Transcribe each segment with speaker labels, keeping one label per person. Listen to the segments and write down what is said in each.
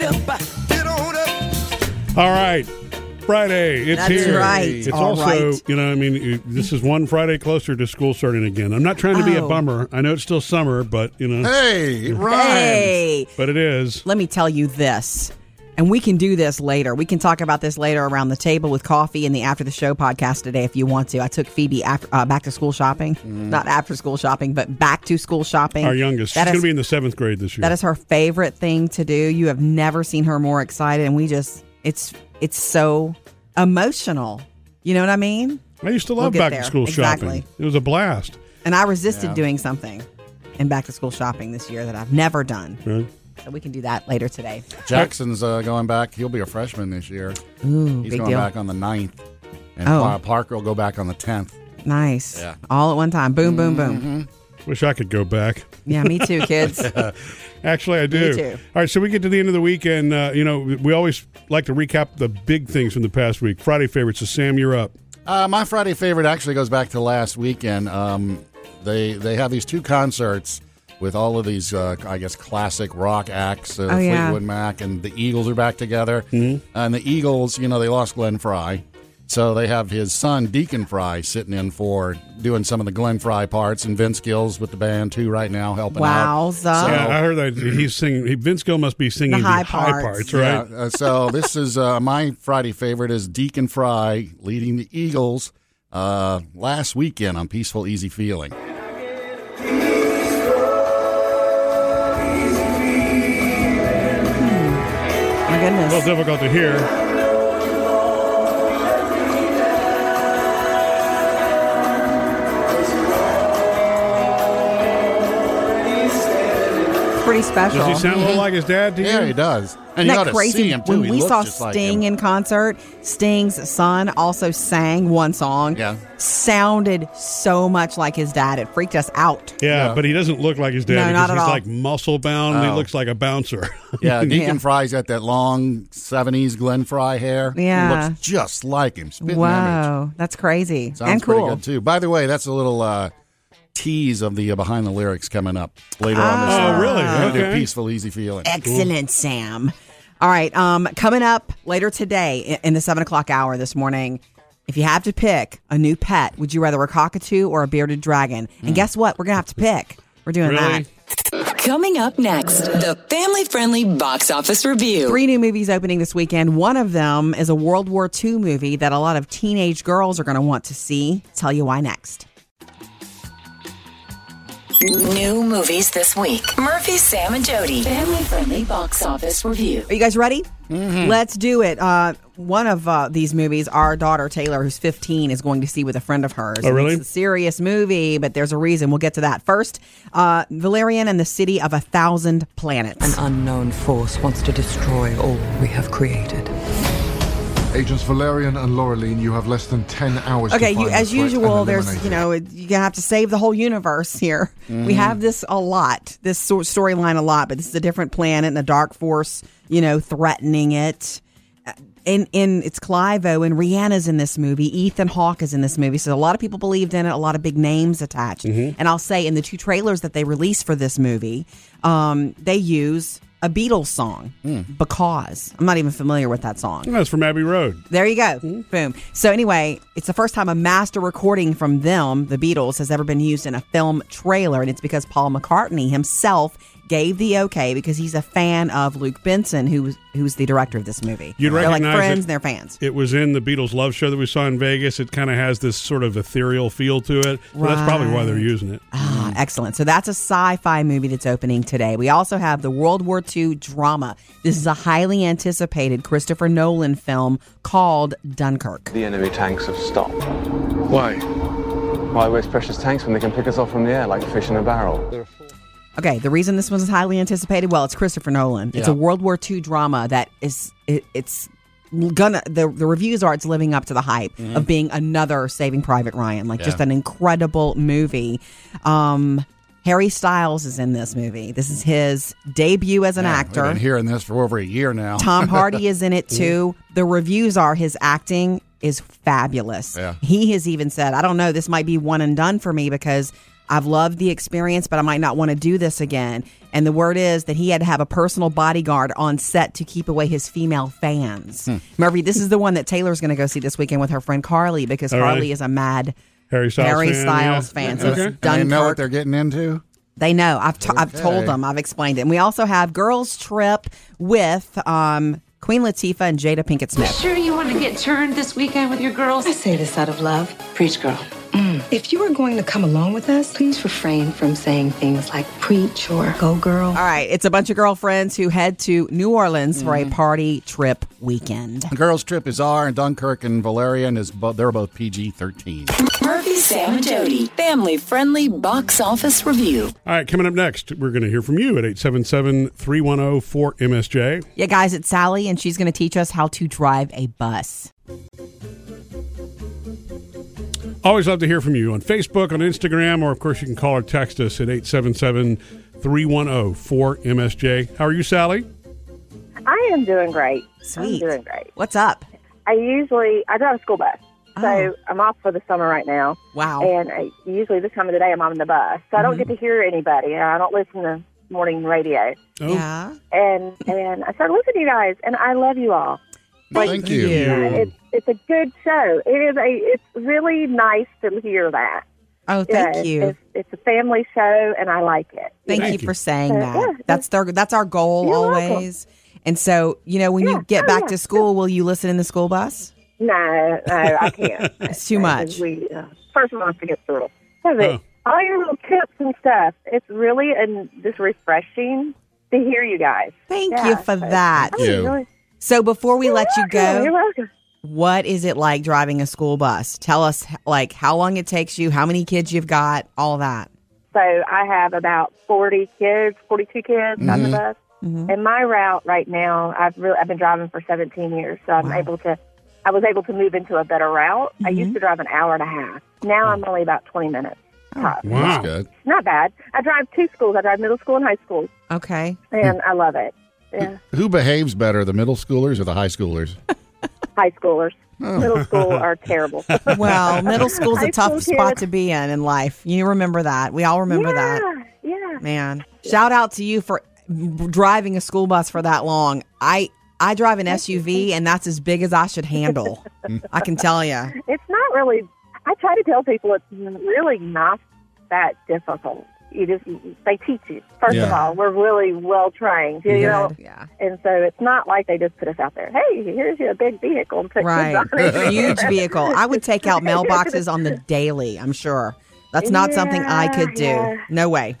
Speaker 1: Get on up.
Speaker 2: All right. Friday, it's
Speaker 3: That's
Speaker 2: here.
Speaker 3: right.
Speaker 2: It's
Speaker 3: All
Speaker 2: also,
Speaker 3: right.
Speaker 2: you know, I mean, it- this is one Friday closer to school starting again. I'm not trying to be a
Speaker 3: Oh.
Speaker 2: bummer. I know it's still summer, but you know,
Speaker 1: Hey, it rhymes.
Speaker 3: Hey,
Speaker 2: but it is.
Speaker 3: let me tell you this. And we can do this later. We can talk about this later around the table with coffee in the after the show podcast today if you want to. I took Phoebe after, uh, back to school shopping, not after school shopping, but back to school shopping.
Speaker 2: Mm-hmm. Our youngest, she's
Speaker 3: That
Speaker 2: going to
Speaker 3: is,
Speaker 2: be in the seventh grade this year.
Speaker 3: that is her favorite thing to do. You have never seen her more excited, and we just it's it's so emotional. You know what I mean?
Speaker 2: I used to love
Speaker 3: get
Speaker 2: back
Speaker 3: there.
Speaker 2: to school shopping.
Speaker 3: Exactly.
Speaker 2: It was a blast.
Speaker 3: And I resisted doing something in back to school shopping this year that I've never done.
Speaker 2: Right?
Speaker 3: So we can do that later today.
Speaker 1: Jackson's uh, going back. He'll be a freshman this year.
Speaker 3: Ooh,
Speaker 1: He's
Speaker 3: big
Speaker 1: going
Speaker 3: deal.
Speaker 1: back on the 9th. And
Speaker 3: Oh.
Speaker 1: Pa- Parker will go back on the 10th.
Speaker 3: Nice.
Speaker 1: Yeah.
Speaker 3: All at one time. Boom, boom, boom.
Speaker 2: Wish I could go back.
Speaker 3: Yeah, me too, kids.
Speaker 2: Actually, I do.
Speaker 3: too.
Speaker 2: All right, so we get to the end of the week, and uh, you know, we always like to recap the big things from the past week. Friday favorites. So Sam, you're up.
Speaker 1: Uh, my Friday favorite actually goes back to last weekend. Um, they they have these two concerts with all of these, uh, I guess, classic rock acts, uh,
Speaker 3: Oh,
Speaker 1: Fleetwood
Speaker 3: yeah. Mm-hmm.
Speaker 1: Mac, and the Eagles are back together. And the Eagles, you know, they lost Glenn Fry, so they have his son Deacon Fry sitting in for doing some of the Glenn Fry parts, and Vince Gill's with the band too right now helping out.
Speaker 3: Wowza.
Speaker 1: So-
Speaker 2: Yeah, I heard that he's singing. He, Vince Gill must be singing the
Speaker 3: Oh. high
Speaker 2: high
Speaker 3: parts.
Speaker 2: parts, right?
Speaker 1: Yeah, uh, so this is uh, my Friday favorite is Deacon Fry leading the Eagles uh, last weekend on Peaceful Easy Feeling.
Speaker 3: My goodness.
Speaker 2: A little difficult to hear.
Speaker 3: Pretty special.
Speaker 2: Does he sound a little like his dad to you?
Speaker 1: Mm-hmm. Yeah, he does.
Speaker 3: Isn't
Speaker 1: And you
Speaker 3: that
Speaker 1: ought to
Speaker 3: crazy?
Speaker 1: see him too.
Speaker 3: When
Speaker 1: He
Speaker 3: we
Speaker 1: looks
Speaker 3: saw
Speaker 1: just like
Speaker 3: Sting
Speaker 1: him.
Speaker 3: in concert, Sting's son also sang one song.
Speaker 1: Yeah.
Speaker 3: Sounded so much like his dad. It freaked us out.
Speaker 2: Yeah,
Speaker 1: Yeah.
Speaker 2: but he doesn't look like his dad.
Speaker 3: No,
Speaker 2: because
Speaker 3: not at
Speaker 2: he's
Speaker 3: all.
Speaker 2: like muscle bound. He
Speaker 1: Oh.
Speaker 2: looks like a bouncer.
Speaker 1: yeah, Deacon
Speaker 3: Yeah.
Speaker 1: Fry's got that long '70s Glenn Fry hair.
Speaker 3: Yeah.
Speaker 1: he looks just like him. Spitting image.
Speaker 3: Wow. That's crazy.
Speaker 1: Sounds
Speaker 3: and
Speaker 1: pretty
Speaker 3: cool.
Speaker 1: good too. By the way, that's a little uh, tease of the uh, behind the lyrics coming up later on this.
Speaker 2: Oh,
Speaker 1: hour.
Speaker 2: really?
Speaker 1: We're gonna do
Speaker 2: Okay.
Speaker 1: Peaceful, easy feeling.
Speaker 3: Excellent, Sam. All right. Um, coming up later today i- in the seven o'clock hour this morning, if you have to pick a new pet, would you rather a cockatoo or a bearded dragon? And guess what? We're gonna have to pick. We're doing
Speaker 2: Really?
Speaker 3: that.
Speaker 4: Coming up next, the family friendly box office review.
Speaker 3: Three new movies opening this weekend. One of them is a World War II movie that a lot of teenage girls are gonna want to see. Tell you why next.
Speaker 4: New movies this week. Murphy, Sam, and Jody. Family friendly box office review.
Speaker 3: Are you guys ready?
Speaker 2: Mm-hmm.
Speaker 3: Let's do it. Uh, one of uh, these movies, our daughter Taylor, who's 15, is going to see with a friend of hers.
Speaker 2: Oh, really?
Speaker 3: It's a serious movie, but there's a reason. We'll get to that first. Uh, Valerian and the City of a Thousand Planets.
Speaker 5: unknown force wants to destroy all we have created.
Speaker 6: Agents Valerian and Laureline, you have less than 10 hours
Speaker 3: Okay,
Speaker 6: to find
Speaker 3: you,
Speaker 6: the
Speaker 3: as
Speaker 6: threat
Speaker 3: usual,
Speaker 6: and
Speaker 3: there's
Speaker 6: eliminate
Speaker 3: you
Speaker 6: it.
Speaker 3: know it- you have to save the whole universe here.
Speaker 6: Mm-hmm.
Speaker 3: We have this a lot, this so- storyline a lot, but this is a different planet and a dark force, you know, threatening it. Uh, In in it's Clive Owen, Rihanna's in this movie, Ethan Hawke is in this movie, so a lot of people believed in it, a lot of big names attached.
Speaker 6: Mm-hmm.
Speaker 3: And I'll say in the two trailers that they released for this movie, um, they use a Beatles song
Speaker 6: Hmm.
Speaker 3: because I'm not even familiar with that song.
Speaker 2: That's from Abbey Road.
Speaker 3: There you go.
Speaker 2: Mm-hmm.
Speaker 3: Boom. So anyway, it's the first time a master recording from them, the Beatles, has ever been used in a film trailer, and it's because Paul McCartney himself gave the okay because he's a fan of Luke Benson, who's who's the director of this movie.
Speaker 2: You'd
Speaker 3: They're like
Speaker 2: recognize
Speaker 3: friends,
Speaker 2: it.
Speaker 3: and they're fans.
Speaker 2: It was in the Beatles Love Show that we saw in Vegas. It kind of has this sort of ethereal feel to it. So That's probably why they're using it.
Speaker 3: Ah, excellent. So that's a sci fi movie that's opening today. We also have the World War II drama. This is a highly anticipated Christopher Nolan film called Dunkirk.
Speaker 7: The enemy tanks have stopped.
Speaker 8: Why?
Speaker 7: Why waste precious tanks when they can pick us off from the air like fish in a barrel?
Speaker 3: Okay, the reason this one is highly anticipated, well, it's Christopher Nolan. It's a
Speaker 1: Yeah.
Speaker 3: World War II drama that is it, it's gonna the, the reviews are it's living up to the hype
Speaker 1: Mm-hmm.
Speaker 3: of being another Saving Private Ryan, like just an incredible movie. Um Harry Styles is in this movie. This is his debut as an
Speaker 1: Yeah, We've
Speaker 3: actor.
Speaker 1: been hearing this for over a year now.
Speaker 3: Tom Hardy is in it too. The reviews are his acting is fabulous.
Speaker 1: Yeah.
Speaker 3: He has even said, I don't know, this might be one and done for me because I've loved the experience, but I might not want to do this again. And the word is that he had to have a personal bodyguard on set to keep away his female fans. Murphy, this is the one that Taylor's going to go see this weekend with her friend Carly because
Speaker 2: All right.
Speaker 3: Carly is a mad
Speaker 2: Harry Styles
Speaker 3: Harry
Speaker 2: fan,
Speaker 3: Styles
Speaker 2: yeah.
Speaker 3: fan. So
Speaker 2: Okay.
Speaker 3: it's
Speaker 1: And they know what
Speaker 3: Dunkirk.
Speaker 1: they're getting into.
Speaker 3: They know. I've t- I've told
Speaker 1: Okay.
Speaker 3: them. I've explained it. And we also have girls trip with um, Queen Latifah and Jada Pinkett Smith.
Speaker 8: Sure, you want to get turned this weekend with your girls?
Speaker 9: I say this out of love.
Speaker 8: Preach, girl.
Speaker 9: If you are going to come along with us, please refrain from saying things like preach or go girl.
Speaker 3: All right, it's a bunch of girlfriends who head to New Orleans for
Speaker 2: Mm-hmm.
Speaker 3: a party trip weekend.
Speaker 1: The girls' trip is R, and Dunkirk and Valerian is bo- they're both PG thirteen.
Speaker 4: Murphy, Sam, and Jody. Family friendly box office review.
Speaker 2: All right, coming up next, we're going to hear from you at 877 310 4MSJ.
Speaker 3: Yeah, guys, it's Sally, and she's going to teach us how to drive a bus.
Speaker 2: Always love to hear from you on Facebook, on Instagram, or of course, you can call or text us at 877 310 4MSJ. How are you, Sally?
Speaker 10: I am doing great.
Speaker 3: Sweet.
Speaker 10: I'm doing great.
Speaker 3: What's up?
Speaker 10: I usually I drive a school bus,
Speaker 3: Oh.
Speaker 10: so I'm off for the summer right now.
Speaker 3: Wow.
Speaker 10: And I, usually this time of the day I'm on the bus, so I don't
Speaker 3: Mm-hmm.
Speaker 10: get to hear anybody. And I don't listen to morning radio.
Speaker 2: Oh,
Speaker 3: Yeah.
Speaker 10: And and I started listening to you guys, and I love you all.
Speaker 1: Thank you.
Speaker 10: It's it's a good show. It is a it's really nice to hear that.
Speaker 3: Oh, thank
Speaker 10: Yeah,
Speaker 3: you.
Speaker 10: It's, it's a family show, and I like it.
Speaker 3: Thank,
Speaker 2: Thank
Speaker 3: you,
Speaker 2: you.
Speaker 3: for saying
Speaker 10: Uh,
Speaker 3: that.
Speaker 10: yeah.
Speaker 3: that's their, that's our goal
Speaker 10: You're welcome.
Speaker 3: always. And so, you know, when
Speaker 10: Yeah.
Speaker 3: you get
Speaker 10: Oh,
Speaker 3: back
Speaker 10: yeah.
Speaker 3: to school, will you listen in the school bus?
Speaker 10: No, no, I can't.
Speaker 3: It's too much.
Speaker 10: We, uh, first of all, it gets through. So that
Speaker 2: Oh.
Speaker 10: all your little tips and stuff. It's really and just refreshing to hear you guys.
Speaker 3: Thank
Speaker 10: Yeah,
Speaker 3: you for
Speaker 10: so-
Speaker 3: that.
Speaker 10: I
Speaker 1: you.
Speaker 10: really-
Speaker 3: So before we let you
Speaker 10: You're welcome, You're
Speaker 3: go,
Speaker 10: welcome.
Speaker 3: what is it like driving a school bus? Tell us like how long it takes you, how many kids you've got, all that.
Speaker 10: So I have about forty kids, forty-two kids on the bus,
Speaker 3: Mm-hmm.
Speaker 10: and my route right now. I've really I've been driving for seventeen years, so I'm able to. I was able to move into a better route. I used
Speaker 3: Mm-hmm.
Speaker 10: to drive an hour and a half. Now I'm only about twenty minutes.
Speaker 3: Oh.
Speaker 10: tops.
Speaker 2: wow.
Speaker 1: Good.
Speaker 10: Not bad. I drive two schools. I drive middle school and high school,
Speaker 3: Okay.
Speaker 10: and I love it. Yeah.
Speaker 1: Who behaves better, the middle schoolers or the high schoolers?
Speaker 10: high schoolers.
Speaker 3: Oh.
Speaker 10: Middle school are terrible.
Speaker 3: Well, middle school's a
Speaker 10: High
Speaker 3: tough
Speaker 10: school
Speaker 3: spot
Speaker 10: kids.
Speaker 3: to be in in life. You remember that. We all remember
Speaker 10: yeah,
Speaker 3: that.
Speaker 10: yeah.
Speaker 3: Man, shout out to you for driving a school bus for that long. I I drive an SUV and that's as big as I should handle. I can tell you.
Speaker 10: It's not really. I try to tell people it's really not that difficult. You just they teach you. First of
Speaker 1: Yeah.
Speaker 10: all, we're really well trained. You know.
Speaker 3: Yeah.
Speaker 10: And so it's not like they just put us out there. Hey, here's your big vehicle. and put kids
Speaker 3: Right.
Speaker 10: on it.
Speaker 3: Huge vehicle. I would take out mailboxes on the daily, I'm sure. That's not something I could do.
Speaker 10: Yeah, yeah.
Speaker 3: No way.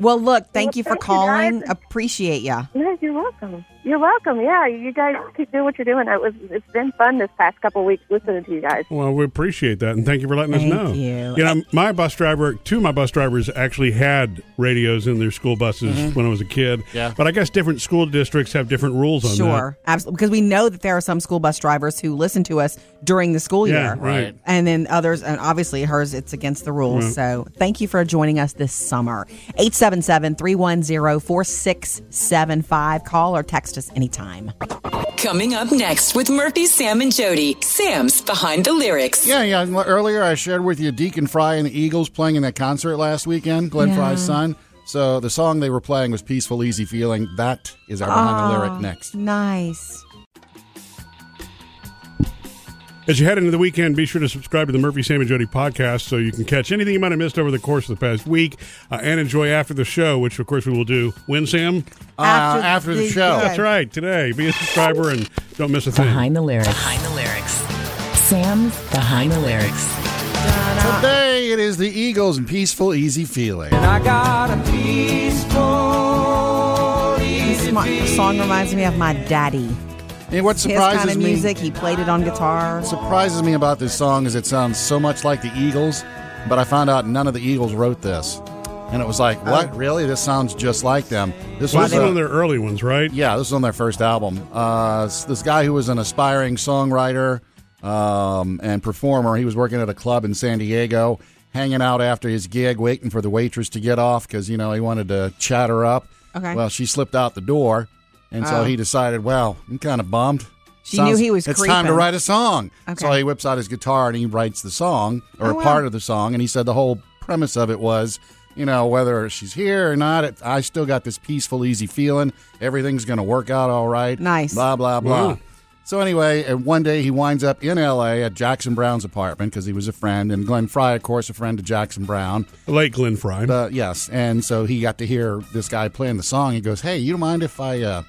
Speaker 3: Well, look, thank
Speaker 10: Well,
Speaker 3: you for
Speaker 10: thank you,
Speaker 3: calling.
Speaker 10: guys.
Speaker 3: Appreciate ya.
Speaker 10: No, you're welcome. You're welcome. Yeah, you guys keep doing what you're doing. It was it's been fun this past couple of weeks listening to you guys.
Speaker 2: Well, we appreciate that, and thank you for letting
Speaker 3: Thank
Speaker 2: us know.
Speaker 3: you.
Speaker 2: know, my bus driver, two of my bus drivers actually had radios in their school buses
Speaker 3: Mm-hmm.
Speaker 2: when I was a kid.
Speaker 1: Yeah.
Speaker 2: But I guess different school districts have different rules
Speaker 1: Oh,
Speaker 2: on that.
Speaker 3: Sure. Absolutely. Because we know that there are some school bus drivers who listen to us during the school
Speaker 2: Yeah,
Speaker 3: year.
Speaker 2: right.
Speaker 3: And then others, and obviously hers, it's against the rules. So thank you for joining us this summer. 877 310 4675. Call or text us anytime.
Speaker 1: Uh,
Speaker 4: Coming up next with Murphy, Sam, and Jody. Sam's behind the lyrics.
Speaker 1: Yeah, yeah. and Earlier, I shared with you Deacon Fry and the Eagles playing in that concert last weekend, Glenn Fry's son. So the song they were playing was Peaceful, Easy Feeling. That is our behind the lyric next.
Speaker 3: Nice.
Speaker 2: As you head into the weekend, be sure to subscribe to the Murphy, Sam, and Jody podcast so you can catch anything you might have missed over the course of the past week uh, and enjoy after the show, which, of course, we will do when, Sam?
Speaker 1: Uh, after, the, show.
Speaker 2: That's right, today. Be a subscriber and don't miss a thing.
Speaker 5: Behind the lyrics. Behind the lyrics. Sam's behind the lyrics.
Speaker 1: Today it is the Eagles and Peaceful, Easy Feeling.
Speaker 3: This mo- song reminds me of my daddy.
Speaker 1: And what
Speaker 3: His
Speaker 1: surprises
Speaker 3: kind of
Speaker 1: me
Speaker 3: music. He played it on guitar.
Speaker 1: surprises me about this song is it sounds so much like the Eagles, but I found out none of the Eagles wrote this. And it was like, what? Really? This sounds just like them. This
Speaker 2: So
Speaker 1: was
Speaker 2: this is
Speaker 1: uh,
Speaker 2: one of their early ones, right?
Speaker 1: Yeah, this is on their first album. Uh, s- this guy who was an aspiring songwriter um, and performer, he was working at a club in San Diego, hanging out after his gig, waiting for the waitress to get off because you know he wanted to chat her up.
Speaker 3: Okay. Oh.
Speaker 1: Well, she slipped out the door, and so he decided, well, I'm kind of bummed.
Speaker 3: She knew he was
Speaker 1: It's time to
Speaker 3: creeping.
Speaker 1: write a song.
Speaker 3: Okay.
Speaker 1: So he whips out his guitar and he writes the song or
Speaker 3: Oh,
Speaker 1: a
Speaker 3: wow.
Speaker 1: part of the song, and he said the whole premise of it was, you know, whether she's here or not, it, I still got this peaceful, easy feeling. Everything's going to work out all right.
Speaker 3: Nice.
Speaker 1: Blah, blah, blah.
Speaker 2: Wow.
Speaker 1: So anyway, and one day he winds up in L.A. at Jackson Brown's apartment because he was a friend, and Glenn Fry, of course, a friend to Jackson Brown.
Speaker 2: Late Glenn Fry.
Speaker 1: Uh, yes, and so he got to hear this guy playing the song. He goes, "Hey, you don't mind if I uh,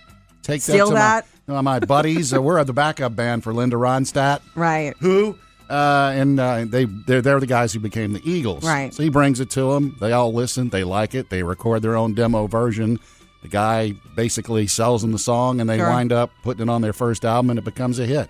Speaker 1: take
Speaker 3: Steal
Speaker 1: that
Speaker 3: that?
Speaker 1: to my- uh, my, buddies? uh, we're the backup band for Linda Ronstadt,
Speaker 3: Right.
Speaker 1: who uh, and uh, they they're, they're the guys who became the Eagles.
Speaker 3: Right.
Speaker 1: So he brings it to them. They all listen. They like it. They record their own demo version. The guy basically sells them the song, and they
Speaker 3: Sure.
Speaker 1: wind up putting it on their first album, and it becomes a hit.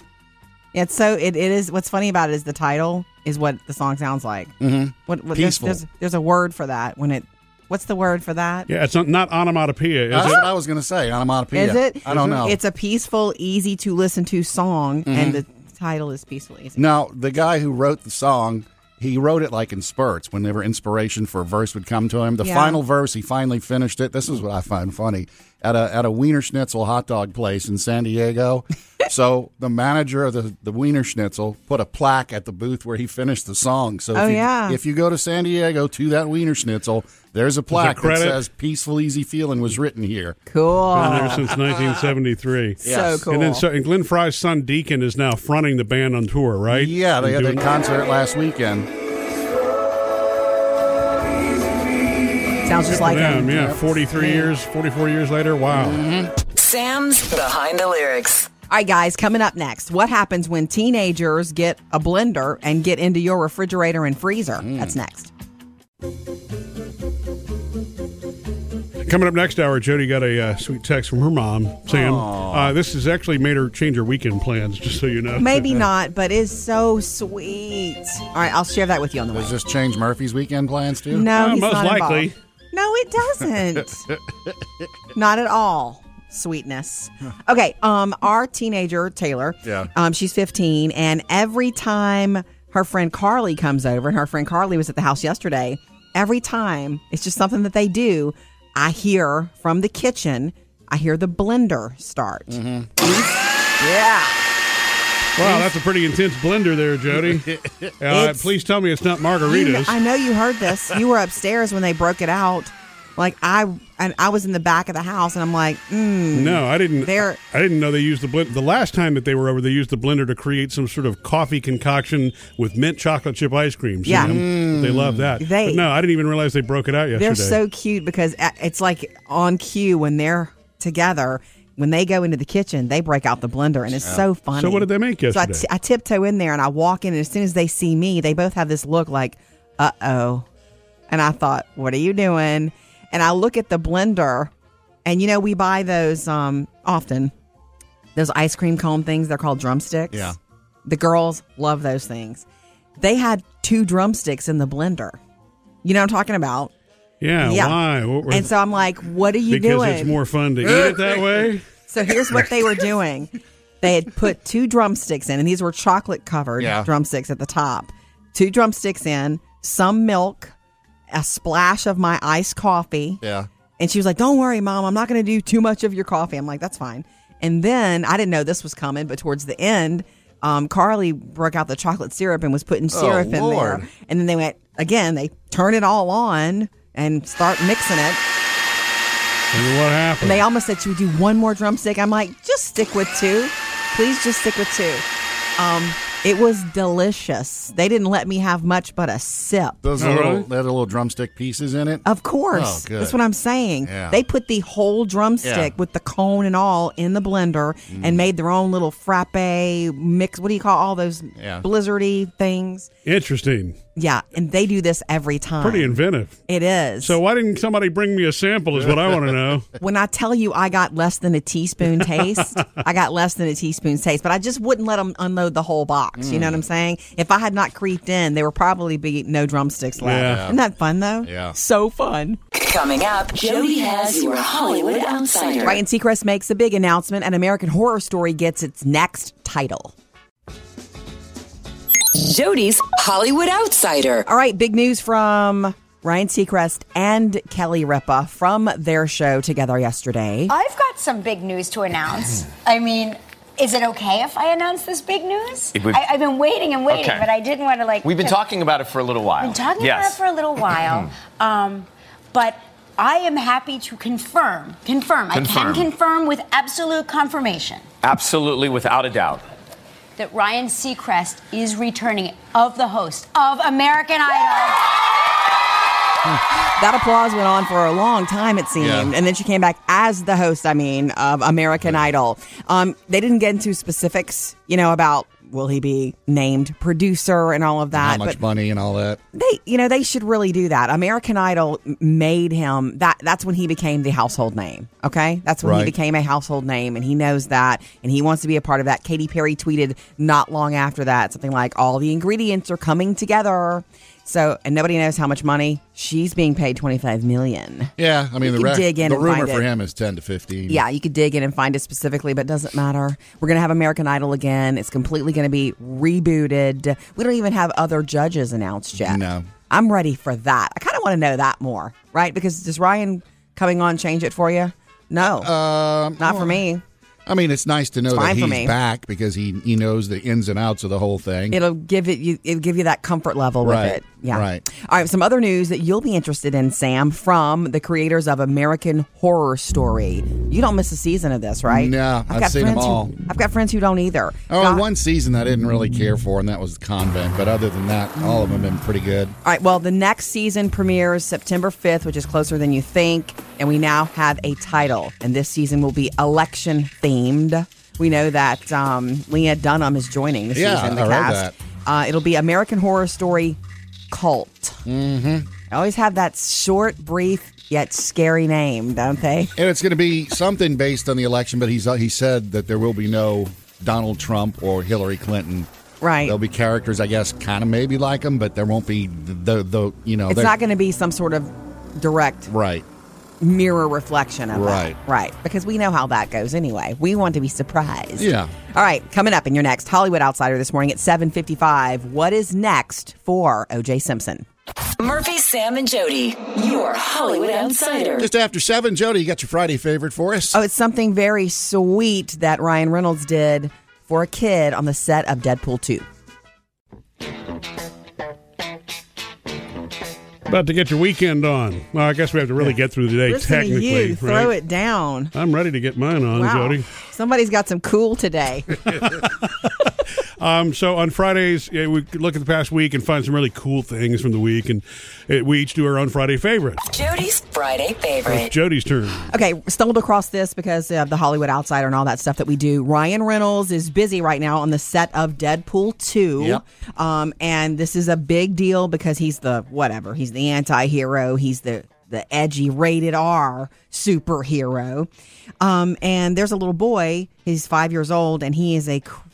Speaker 3: It's so it, it is. What's funny about it is the title is what the song sounds like. Mm-hmm. What, what there's,
Speaker 1: Peaceful.
Speaker 3: there's there's a word for that when it. What's the word for that? Is
Speaker 2: yeah, it's not, not onomatopoeia, is
Speaker 1: That's
Speaker 2: it?
Speaker 1: what I was going to say. Onomatopoeia.
Speaker 3: it?
Speaker 1: I don't know. Mm-hmm.
Speaker 3: It's a peaceful, easy to listen to song, and the title is peaceful, easy.
Speaker 1: Now, the guy who wrote the song, he wrote it like in spurts whenever inspiration for a verse would come to him. The
Speaker 3: Yeah.
Speaker 1: final verse, he finally finished it. This is what I find funny at a, at a Wiener Schnitzel hot dog place in San Diego. so the manager of the, the Wiener Schnitzel put a plaque at the booth where he finished the song. So
Speaker 3: Oh,
Speaker 1: if, you,
Speaker 3: yeah.
Speaker 1: if you go to San Diego to that Wiener Schnitzel, there's a plaque that
Speaker 2: credit?
Speaker 1: says Peaceful Easy Feeling was written here.
Speaker 3: Cool.
Speaker 2: Been there since 1973.
Speaker 1: Yes.
Speaker 3: Ah. So cool.
Speaker 2: And then so, and Glenn Fry's son Deacon is now fronting the band on tour, right?
Speaker 1: Yeah, they
Speaker 2: And
Speaker 1: had
Speaker 2: doing-
Speaker 1: that concert last weekend.
Speaker 3: Sounds just like
Speaker 2: Yeah,
Speaker 3: him. Mm-hmm.
Speaker 2: yeah, 43 years, 44 years later. Wow.
Speaker 4: Sam's Behind the Lyrics.
Speaker 3: All right, guys, coming up next, what happens when teenagers get a blender and get into your refrigerator and freezer?
Speaker 1: Mm.
Speaker 3: That's next.
Speaker 2: Coming up next hour, Jody got a uh, sweet text from her mom, Sam. Uh, this has actually made her change her weekend plans, just so you know.
Speaker 3: Maybe not, but it's so sweet. All right, I'll share that with you on the way.
Speaker 1: Does this change Murphy's weekend plans too?
Speaker 3: No,
Speaker 2: Uh,
Speaker 3: he's
Speaker 2: most
Speaker 3: not involved.
Speaker 2: likely.
Speaker 3: No, it doesn't. not at all. Sweetness. Okay. Um, our teenager Taylor.
Speaker 1: Yeah.
Speaker 3: Um, she's 15, and every time her friend Carly comes over, and her friend Carly was at the house yesterday. Every time, it's just something that they do. I hear from the kitchen. I hear the blender start. Yeah.
Speaker 2: Wow, that's a pretty intense blender there, Jody. Uh,
Speaker 3: It's-
Speaker 2: please tell me it's not
Speaker 3: You kn-
Speaker 2: margaritas.
Speaker 3: I know you heard this. You were upstairs when they broke it out. Like I and I was in the back of the house, and I'm like, mm,
Speaker 2: no, I didn't.
Speaker 3: They're-
Speaker 2: I didn't know they used the blend. The last time that they were over, they used the blender to create some sort of coffee concoction with mint chocolate chip ice cream.
Speaker 3: Yeah. Mm.
Speaker 2: Sam. they love that.
Speaker 3: They-
Speaker 2: But no, I didn't even realize they broke it out yesterday.
Speaker 3: They're so cute because a- it's like on cue when they're together. When they go into the kitchen, they break out the blender, and it's so funny.
Speaker 2: So what did they make
Speaker 3: So I,
Speaker 2: yesterday?
Speaker 3: t- I tiptoe in there and I walk in, and as soon as they see me, they both have this look like, "Uh oh," and I thought, "What are you doing?" And I look at the blender, and you know we buy those um often, those ice cream cone things. They're called drumsticks.
Speaker 1: Yeah.
Speaker 3: the girls love those things. They had two drumsticks in the blender. You know what I'm talking about?
Speaker 2: yeah,
Speaker 3: Yeah.
Speaker 2: Why? What were-
Speaker 3: And so I'm like, what are you
Speaker 2: because
Speaker 3: doing?
Speaker 2: it's more fun to eat it that way.
Speaker 3: so here's what they were doing. They had put two drumsticks in, and these were chocolate covered
Speaker 1: Yeah.
Speaker 3: drumsticks at the top. Two drumsticks in, some milk, a splash of my iced coffee.
Speaker 1: Yeah.
Speaker 3: And she was like, Don't worry, mom, I'm not going to do too much of your coffee. I'm like, That's fine. And then I didn't know this was coming, but towards the end, um, Carly broke out the chocolate syrup and was putting syrup in
Speaker 1: Oh, Lord.
Speaker 3: there. And then they went, again, they turn it all on and start mixing it.
Speaker 2: And what happened?
Speaker 3: And they almost said, Should we do one more drumstick? I'm like, Just stick with two. Please just stick with two. Um, it was delicious. They didn't let me have much but a sip.
Speaker 1: Those
Speaker 2: Oh,
Speaker 1: little
Speaker 2: really?
Speaker 1: that little drumstick pieces in it.
Speaker 3: Of
Speaker 1: Oh,
Speaker 3: course.
Speaker 1: good.
Speaker 3: That's what I'm saying.
Speaker 1: Yeah.
Speaker 3: They put the whole drumstick
Speaker 1: Yeah. Mm.
Speaker 3: with the cone and all in the blender and made their own little frappe mix. What do you call all those
Speaker 1: Yeah.
Speaker 3: blizzardy things?
Speaker 2: Interesting.
Speaker 3: Yeah. And they do this every time.
Speaker 2: Pretty inventive.
Speaker 3: it is.
Speaker 2: So why didn't somebody bring me a sample? Is what I want to know.
Speaker 3: when I tell you I got less than a teaspoon taste, I got less than a teaspoon taste, but I just wouldn't let them unload the whole box. You know what I'm saying? If I had not creeped in, there would probably be no drumsticks left.
Speaker 2: Yeah.
Speaker 3: Isn't that fun though?
Speaker 1: Yeah.
Speaker 3: So fun.
Speaker 4: Coming up, Jody has your Hollywood Outsider.
Speaker 3: Ryan Seacrest makes a big announcement, and American Horror Story gets its next title.
Speaker 4: Jody's Hollywood Outsider.
Speaker 3: All right, big news from Ryan Seacrest and Kelly Ripa from their show together yesterday.
Speaker 11: I've got some big news to announce. I mean, Is it okay if I announce this big news?
Speaker 12: It would-
Speaker 11: I, I've been waiting and waiting,
Speaker 12: Okay.
Speaker 11: but I didn't want to like.
Speaker 12: We've been
Speaker 11: you know,
Speaker 12: talking about it for a little while.
Speaker 11: Been talking
Speaker 12: yes.
Speaker 11: about it for a little while, um, but I am happy to confirm. Confirm. I
Speaker 12: Confirm.
Speaker 11: can confirm with absolute confirmation
Speaker 12: Absolutely, without a doubt.
Speaker 11: that Ryan Seacrest is returning of the host of American Idol.
Speaker 3: That applause went on for a long time, it seemed.
Speaker 13: Yeah.
Speaker 3: And then she came back as the host, I mean, of American Idol. Um, they didn't get into specifics, you know, about will he be named producer and all of that.
Speaker 1: How much
Speaker 3: but
Speaker 1: money and all that.
Speaker 3: they, you know, they should really do that. American Idol m- made him that. That's when he became the household name. Okay, that's when
Speaker 1: Right.
Speaker 3: he became a household name, and he knows that, and he wants to be a part of that. Katy Perry tweeted not long after that something like, "All the ingredients are coming together." So, and nobody knows how much money she's being paid twenty five million.
Speaker 1: Yeah, I
Speaker 3: You
Speaker 1: mean the
Speaker 3: can
Speaker 1: rec-
Speaker 3: dig in
Speaker 1: the
Speaker 3: and
Speaker 1: rumor
Speaker 3: find
Speaker 1: for
Speaker 3: it.
Speaker 1: him is ten to fifteen.
Speaker 3: Yeah, you could dig in and find it specifically, but it doesn't matter. We're going to have American Idol again. It's completely going to be rebooted. We don't even have other judges announced yet.
Speaker 1: No.
Speaker 3: I'm ready for that. I kind of want to know that more, right? Because does Ryan coming on change it for you? No.
Speaker 1: Um,
Speaker 3: Not for me.
Speaker 1: I mean, it's nice to know
Speaker 3: It's
Speaker 1: that
Speaker 3: fine for
Speaker 1: he's
Speaker 3: me.
Speaker 1: back because he, he knows the ins and outs of the whole thing.
Speaker 3: It'll give it you it'll give you that comfort level
Speaker 1: Right,
Speaker 3: with it. Yeah.
Speaker 1: right.
Speaker 3: All right, some other news that you'll be interested in, Sam, from the creators of American Horror Story. You don't miss a season of this, right?
Speaker 1: No, I've seen them
Speaker 3: friends
Speaker 1: all.
Speaker 3: Who, I've got friends who don't either.
Speaker 1: Oh,
Speaker 3: Got-
Speaker 1: one season I didn't really care for, and that was Convent. But other than that, all of them have been pretty good.
Speaker 3: All right, well, the next season premieres September 5th, which is closer than you think. And we now have a title. And this season will be election themed. We know that um, Leah Dunham is joining this
Speaker 1: Yeah,
Speaker 3: season, the
Speaker 1: I read
Speaker 3: cast. Uh, it'll be American Horror Story Cult.
Speaker 1: Mm-hmm.
Speaker 3: I always have that short, brief, yet scary name, don't they?
Speaker 1: And it's going to be something based on the election, but he's uh, he said that there will be no Donald Trump or Hillary Clinton.
Speaker 3: Right.
Speaker 1: There'll be characters, I guess, kind of maybe like them, but there won't be the the, the you know.
Speaker 3: it's
Speaker 1: they're-
Speaker 3: not going to be some sort of direct
Speaker 1: right.
Speaker 3: mirror reflection of
Speaker 1: Right.
Speaker 3: that. Right. Because we know how that goes anyway. We want to be surprised.
Speaker 1: Yeah.
Speaker 3: All right, coming up in your next Hollywood Outsider this morning at 7:55, what is next for OJ Simpson?
Speaker 4: Murphy, Sam, and Jody, your Hollywood outsider.
Speaker 1: Just after seven, Jody, you got your Friday favorite for us.
Speaker 3: Oh, it's something very sweet that Ryan Reynolds did for a kid on the set of Deadpool 2.
Speaker 2: About to get your weekend on. Well, I guess we have to really get through today,
Speaker 3: Listen to
Speaker 2: technically.
Speaker 3: you,
Speaker 2: right?
Speaker 3: throw it down.
Speaker 2: I'm ready to get mine on, Jody.
Speaker 3: Somebody's got some cool today.
Speaker 2: Um, so on Fridays, yeah, we could look at the past week and find some really cool things from the week, and uh we each do our own Friday favorite.
Speaker 4: Jody's Friday
Speaker 2: It's
Speaker 4: favorite.
Speaker 2: Jody's turn.
Speaker 3: Okay, stumbled across this because of the Hollywood Outsider and all that stuff that we do. Ryan Reynolds is busy right now on the set of Deadpool 2.
Speaker 1: Yep.
Speaker 3: Um, and this is a big deal because he's the whatever, he's the anti hero, he's the, the edgy rated R superhero. Um, and there's a little boy, he's five years old, and he is a, cr-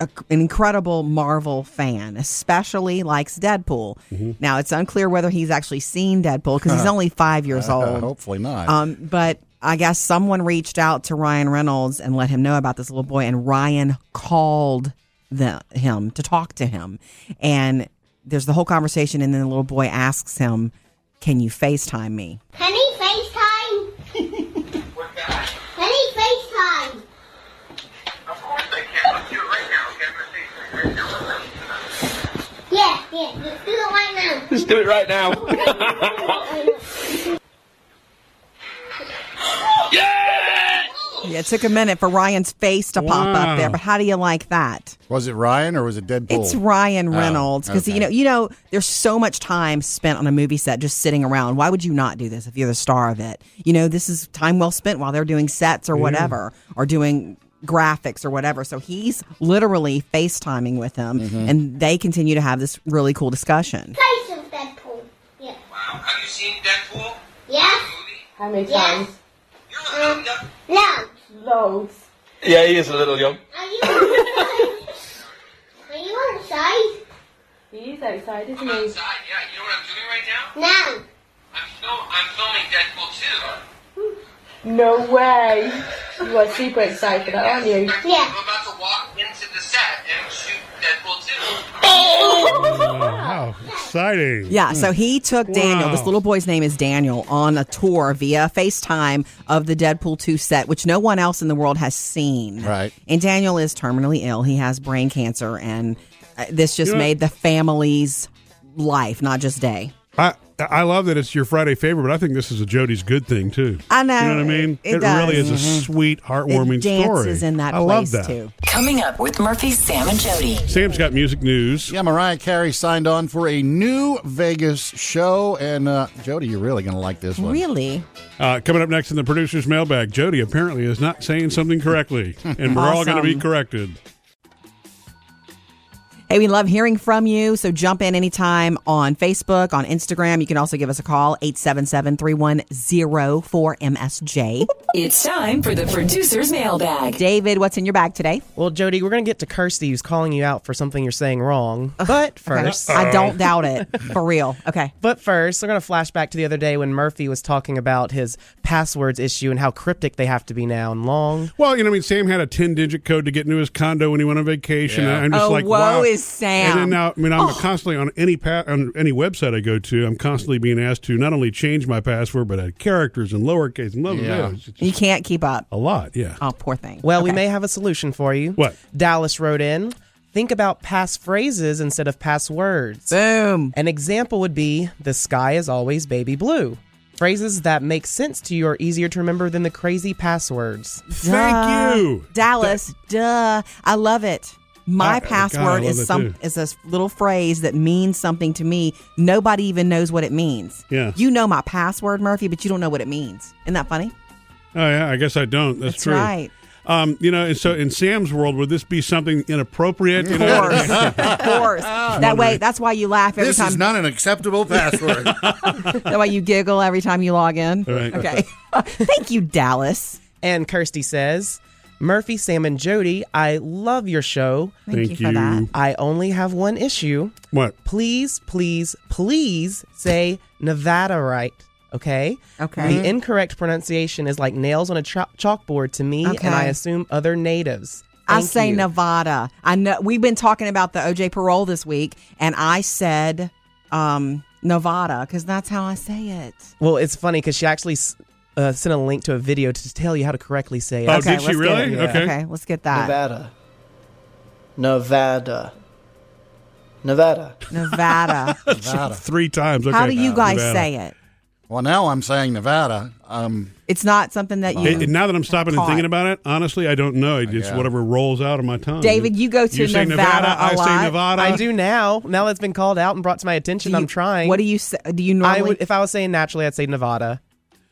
Speaker 3: a an incredible Marvel fan, especially likes Deadpool. Now, it's unclear whether he's actually seen Deadpool because he's only five years old.
Speaker 1: Uh, Hopefully not.
Speaker 3: Um, but I guess someone reached out to Ryan Reynolds and let him know about this little boy, and Ryan called the, him to talk to him. And there's the whole conversation, and then the little boy asks him, "Can you FaceTime me?"
Speaker 14: Can he FaceTime? Can he FaceTime? Yeah, yeah, let's do it right now.
Speaker 15: Let's do it right now.
Speaker 3: Yeah, it took a minute for Ryan's face to pop
Speaker 1: Wow.
Speaker 3: up there, but how do you like that?
Speaker 1: was it Ryan or was it Deadpool?
Speaker 3: It's Ryan
Speaker 1: Oh,
Speaker 3: Reynolds because
Speaker 1: okay.
Speaker 3: you know you know there's so much time spent on a movie set just sitting around. Why would you not do this if you're the star of it? You know this is time well spent while they're doing sets or whatever or doing graphics or whatever. So he's literally FaceTiming with him,
Speaker 1: Mm-hmm.
Speaker 3: and they continue to have this really cool discussion.
Speaker 14: Face of Deadpool. Yeah.
Speaker 15: Wow, have you seen Deadpool?
Speaker 14: Yes?
Speaker 16: How many
Speaker 14: Yes.
Speaker 16: times?
Speaker 14: Loud.
Speaker 16: Loads.
Speaker 15: Yeah, he is a little young.
Speaker 14: Are you on the side? Are you on the side?
Speaker 16: He's outside, isn't
Speaker 15: I'm
Speaker 16: he?
Speaker 15: outside, yeah. You know what I'm doing right now?
Speaker 14: Now.
Speaker 15: I'm, fil- I'm filming Deadpool 2.
Speaker 16: No way. You are super excited for that, aren't you?
Speaker 14: Yeah.
Speaker 15: I'm about to walk into the set and shoot Deadpool 2.
Speaker 2: Wow. Oh, exciting.
Speaker 3: Yeah, so he took Daniel, this little boy's name is Daniel, on a tour via FaceTime of the Deadpool 2 set, which no one else in the world has seen.
Speaker 1: Right.
Speaker 3: And Daniel is terminally ill. He has brain cancer, and uh, this just
Speaker 2: You know-
Speaker 3: made the family's life, not just day.
Speaker 2: I I love that it's your Friday favorite, but I think this is a Jody's good thing too.
Speaker 3: I know.
Speaker 2: You know what I mean?
Speaker 3: It
Speaker 2: really
Speaker 3: does.
Speaker 2: is
Speaker 3: Mhm.
Speaker 2: a sweet, heartwarming
Speaker 3: It dances
Speaker 2: story.
Speaker 3: in that
Speaker 2: I
Speaker 3: place,
Speaker 2: love that.
Speaker 3: too.
Speaker 4: Coming up with Murphy, Sam, and Jody.
Speaker 2: Sam's got music news.
Speaker 1: Yeah, Mariah Carey signed on for a new Vegas show, and uh, Jody, you're really going to like this one.
Speaker 3: Really?
Speaker 2: Uh, coming up next in the producer's mailbag, Jody apparently is not saying something correctly, and we're all going to be
Speaker 3: Awesome.
Speaker 2: corrected.
Speaker 3: Hey, we love hearing from you. So jump in anytime on Facebook, on Instagram. You can also give us a call, 877 310 4MSJ.
Speaker 4: It's time for the producer's mailbag.
Speaker 3: David, what's in your bag today?
Speaker 13: Well, Jody, we're going to get to curse thieves calling you out for something you're saying wrong. But first,
Speaker 3: I don't doubt it. For real. Okay.
Speaker 13: But first, we're going to flash back to the other day when Murphy was talking about his passwords issue and how cryptic they have to be now and long.
Speaker 2: Well, you know, I mean, Sam had a ten-digit code to get into his condo when he went on vacation.
Speaker 13: Yeah.
Speaker 2: I'm just
Speaker 13: Oh,
Speaker 2: like,
Speaker 13: woe
Speaker 2: wow.
Speaker 13: is Sam.
Speaker 2: And then uh, now, I mean, I'm
Speaker 13: Oh.
Speaker 2: constantly on any pa- on any website I go to, I'm constantly being asked to not only change my password, but add characters and lowercase and love
Speaker 13: Yeah.
Speaker 2: those.
Speaker 3: You can't keep up.
Speaker 2: A lot, yeah.
Speaker 3: Oh, poor thing.
Speaker 13: Well, we may have a solution for you.
Speaker 2: What?
Speaker 13: Dallas wrote in. Think about passphrases instead of passwords.
Speaker 3: Boom.
Speaker 13: An example would be the sky is always baby blue. Phrases that make sense to you are easier to remember than the crazy passwords.
Speaker 3: Duh. Dallas. duh. I love it.
Speaker 13: I-
Speaker 2: uh,
Speaker 3: My
Speaker 13: oh, God, I
Speaker 3: password
Speaker 13: love
Speaker 3: is
Speaker 13: it
Speaker 3: some
Speaker 13: too.
Speaker 3: is a little phrase that means something to me. Nobody even knows what it means.
Speaker 2: Yeah.
Speaker 3: You know my password, Murphy, but you don't know what it means. Isn't that funny?
Speaker 2: Oh yeah, I guess I don't. That's,
Speaker 3: That's
Speaker 2: true.
Speaker 3: right.
Speaker 2: Um, you know, and so in Sam's world, would this be something inappropriate? you know?
Speaker 3: Of course. that way, that's why you laugh every
Speaker 1: This
Speaker 3: time.
Speaker 1: is not an acceptable password.
Speaker 3: that way you giggle every time you log in.
Speaker 13: Right.
Speaker 3: Okay. Thank you, Dallas.
Speaker 13: And Kirsty says, Murphy, Sam, and Jody, I love your show.
Speaker 2: Thank Thank you for you. that.
Speaker 13: I only have one issue.
Speaker 2: What?
Speaker 13: Please, please, please say Nevada right. Okay.
Speaker 3: Okay.
Speaker 13: The incorrect pronunciation is like nails on a chalk- chalkboard to me,
Speaker 3: Okay.
Speaker 13: and I assume other natives.
Speaker 3: I
Speaker 13: Thank
Speaker 3: say
Speaker 13: you.
Speaker 3: Nevada. I know we've been talking about the OJ parole this week, and I said um, Nevada because that's how I say it.
Speaker 13: Well, it's funny because she actually s- uh, sent a link to a video to tell you how to correctly say it.
Speaker 2: Oh, Okay, did she let's get really? it. Yeah. Okay.
Speaker 3: Okay, let's get that.
Speaker 17: Nevada. Nevada. Nevada.
Speaker 3: Nevada.
Speaker 1: Nevada.
Speaker 2: Three times.
Speaker 3: How do you guys say it?
Speaker 1: Well, now I'm saying Nevada. Um,
Speaker 3: It's not something that you.
Speaker 2: It- it- now that I'm stopping and
Speaker 3: Caught.
Speaker 2: thinking about it, honestly, I don't know. It's
Speaker 1: Yeah.
Speaker 2: whatever rolls out of my tongue.
Speaker 3: David, you go to
Speaker 2: say
Speaker 3: Nevada a
Speaker 2: I
Speaker 3: lot.
Speaker 2: say Nevada.
Speaker 13: I do now. Now that's been called out and brought to my attention. I'm trying.
Speaker 3: What do you say? Do you normally?
Speaker 13: I would, if I was saying naturally, I'd say Nevada.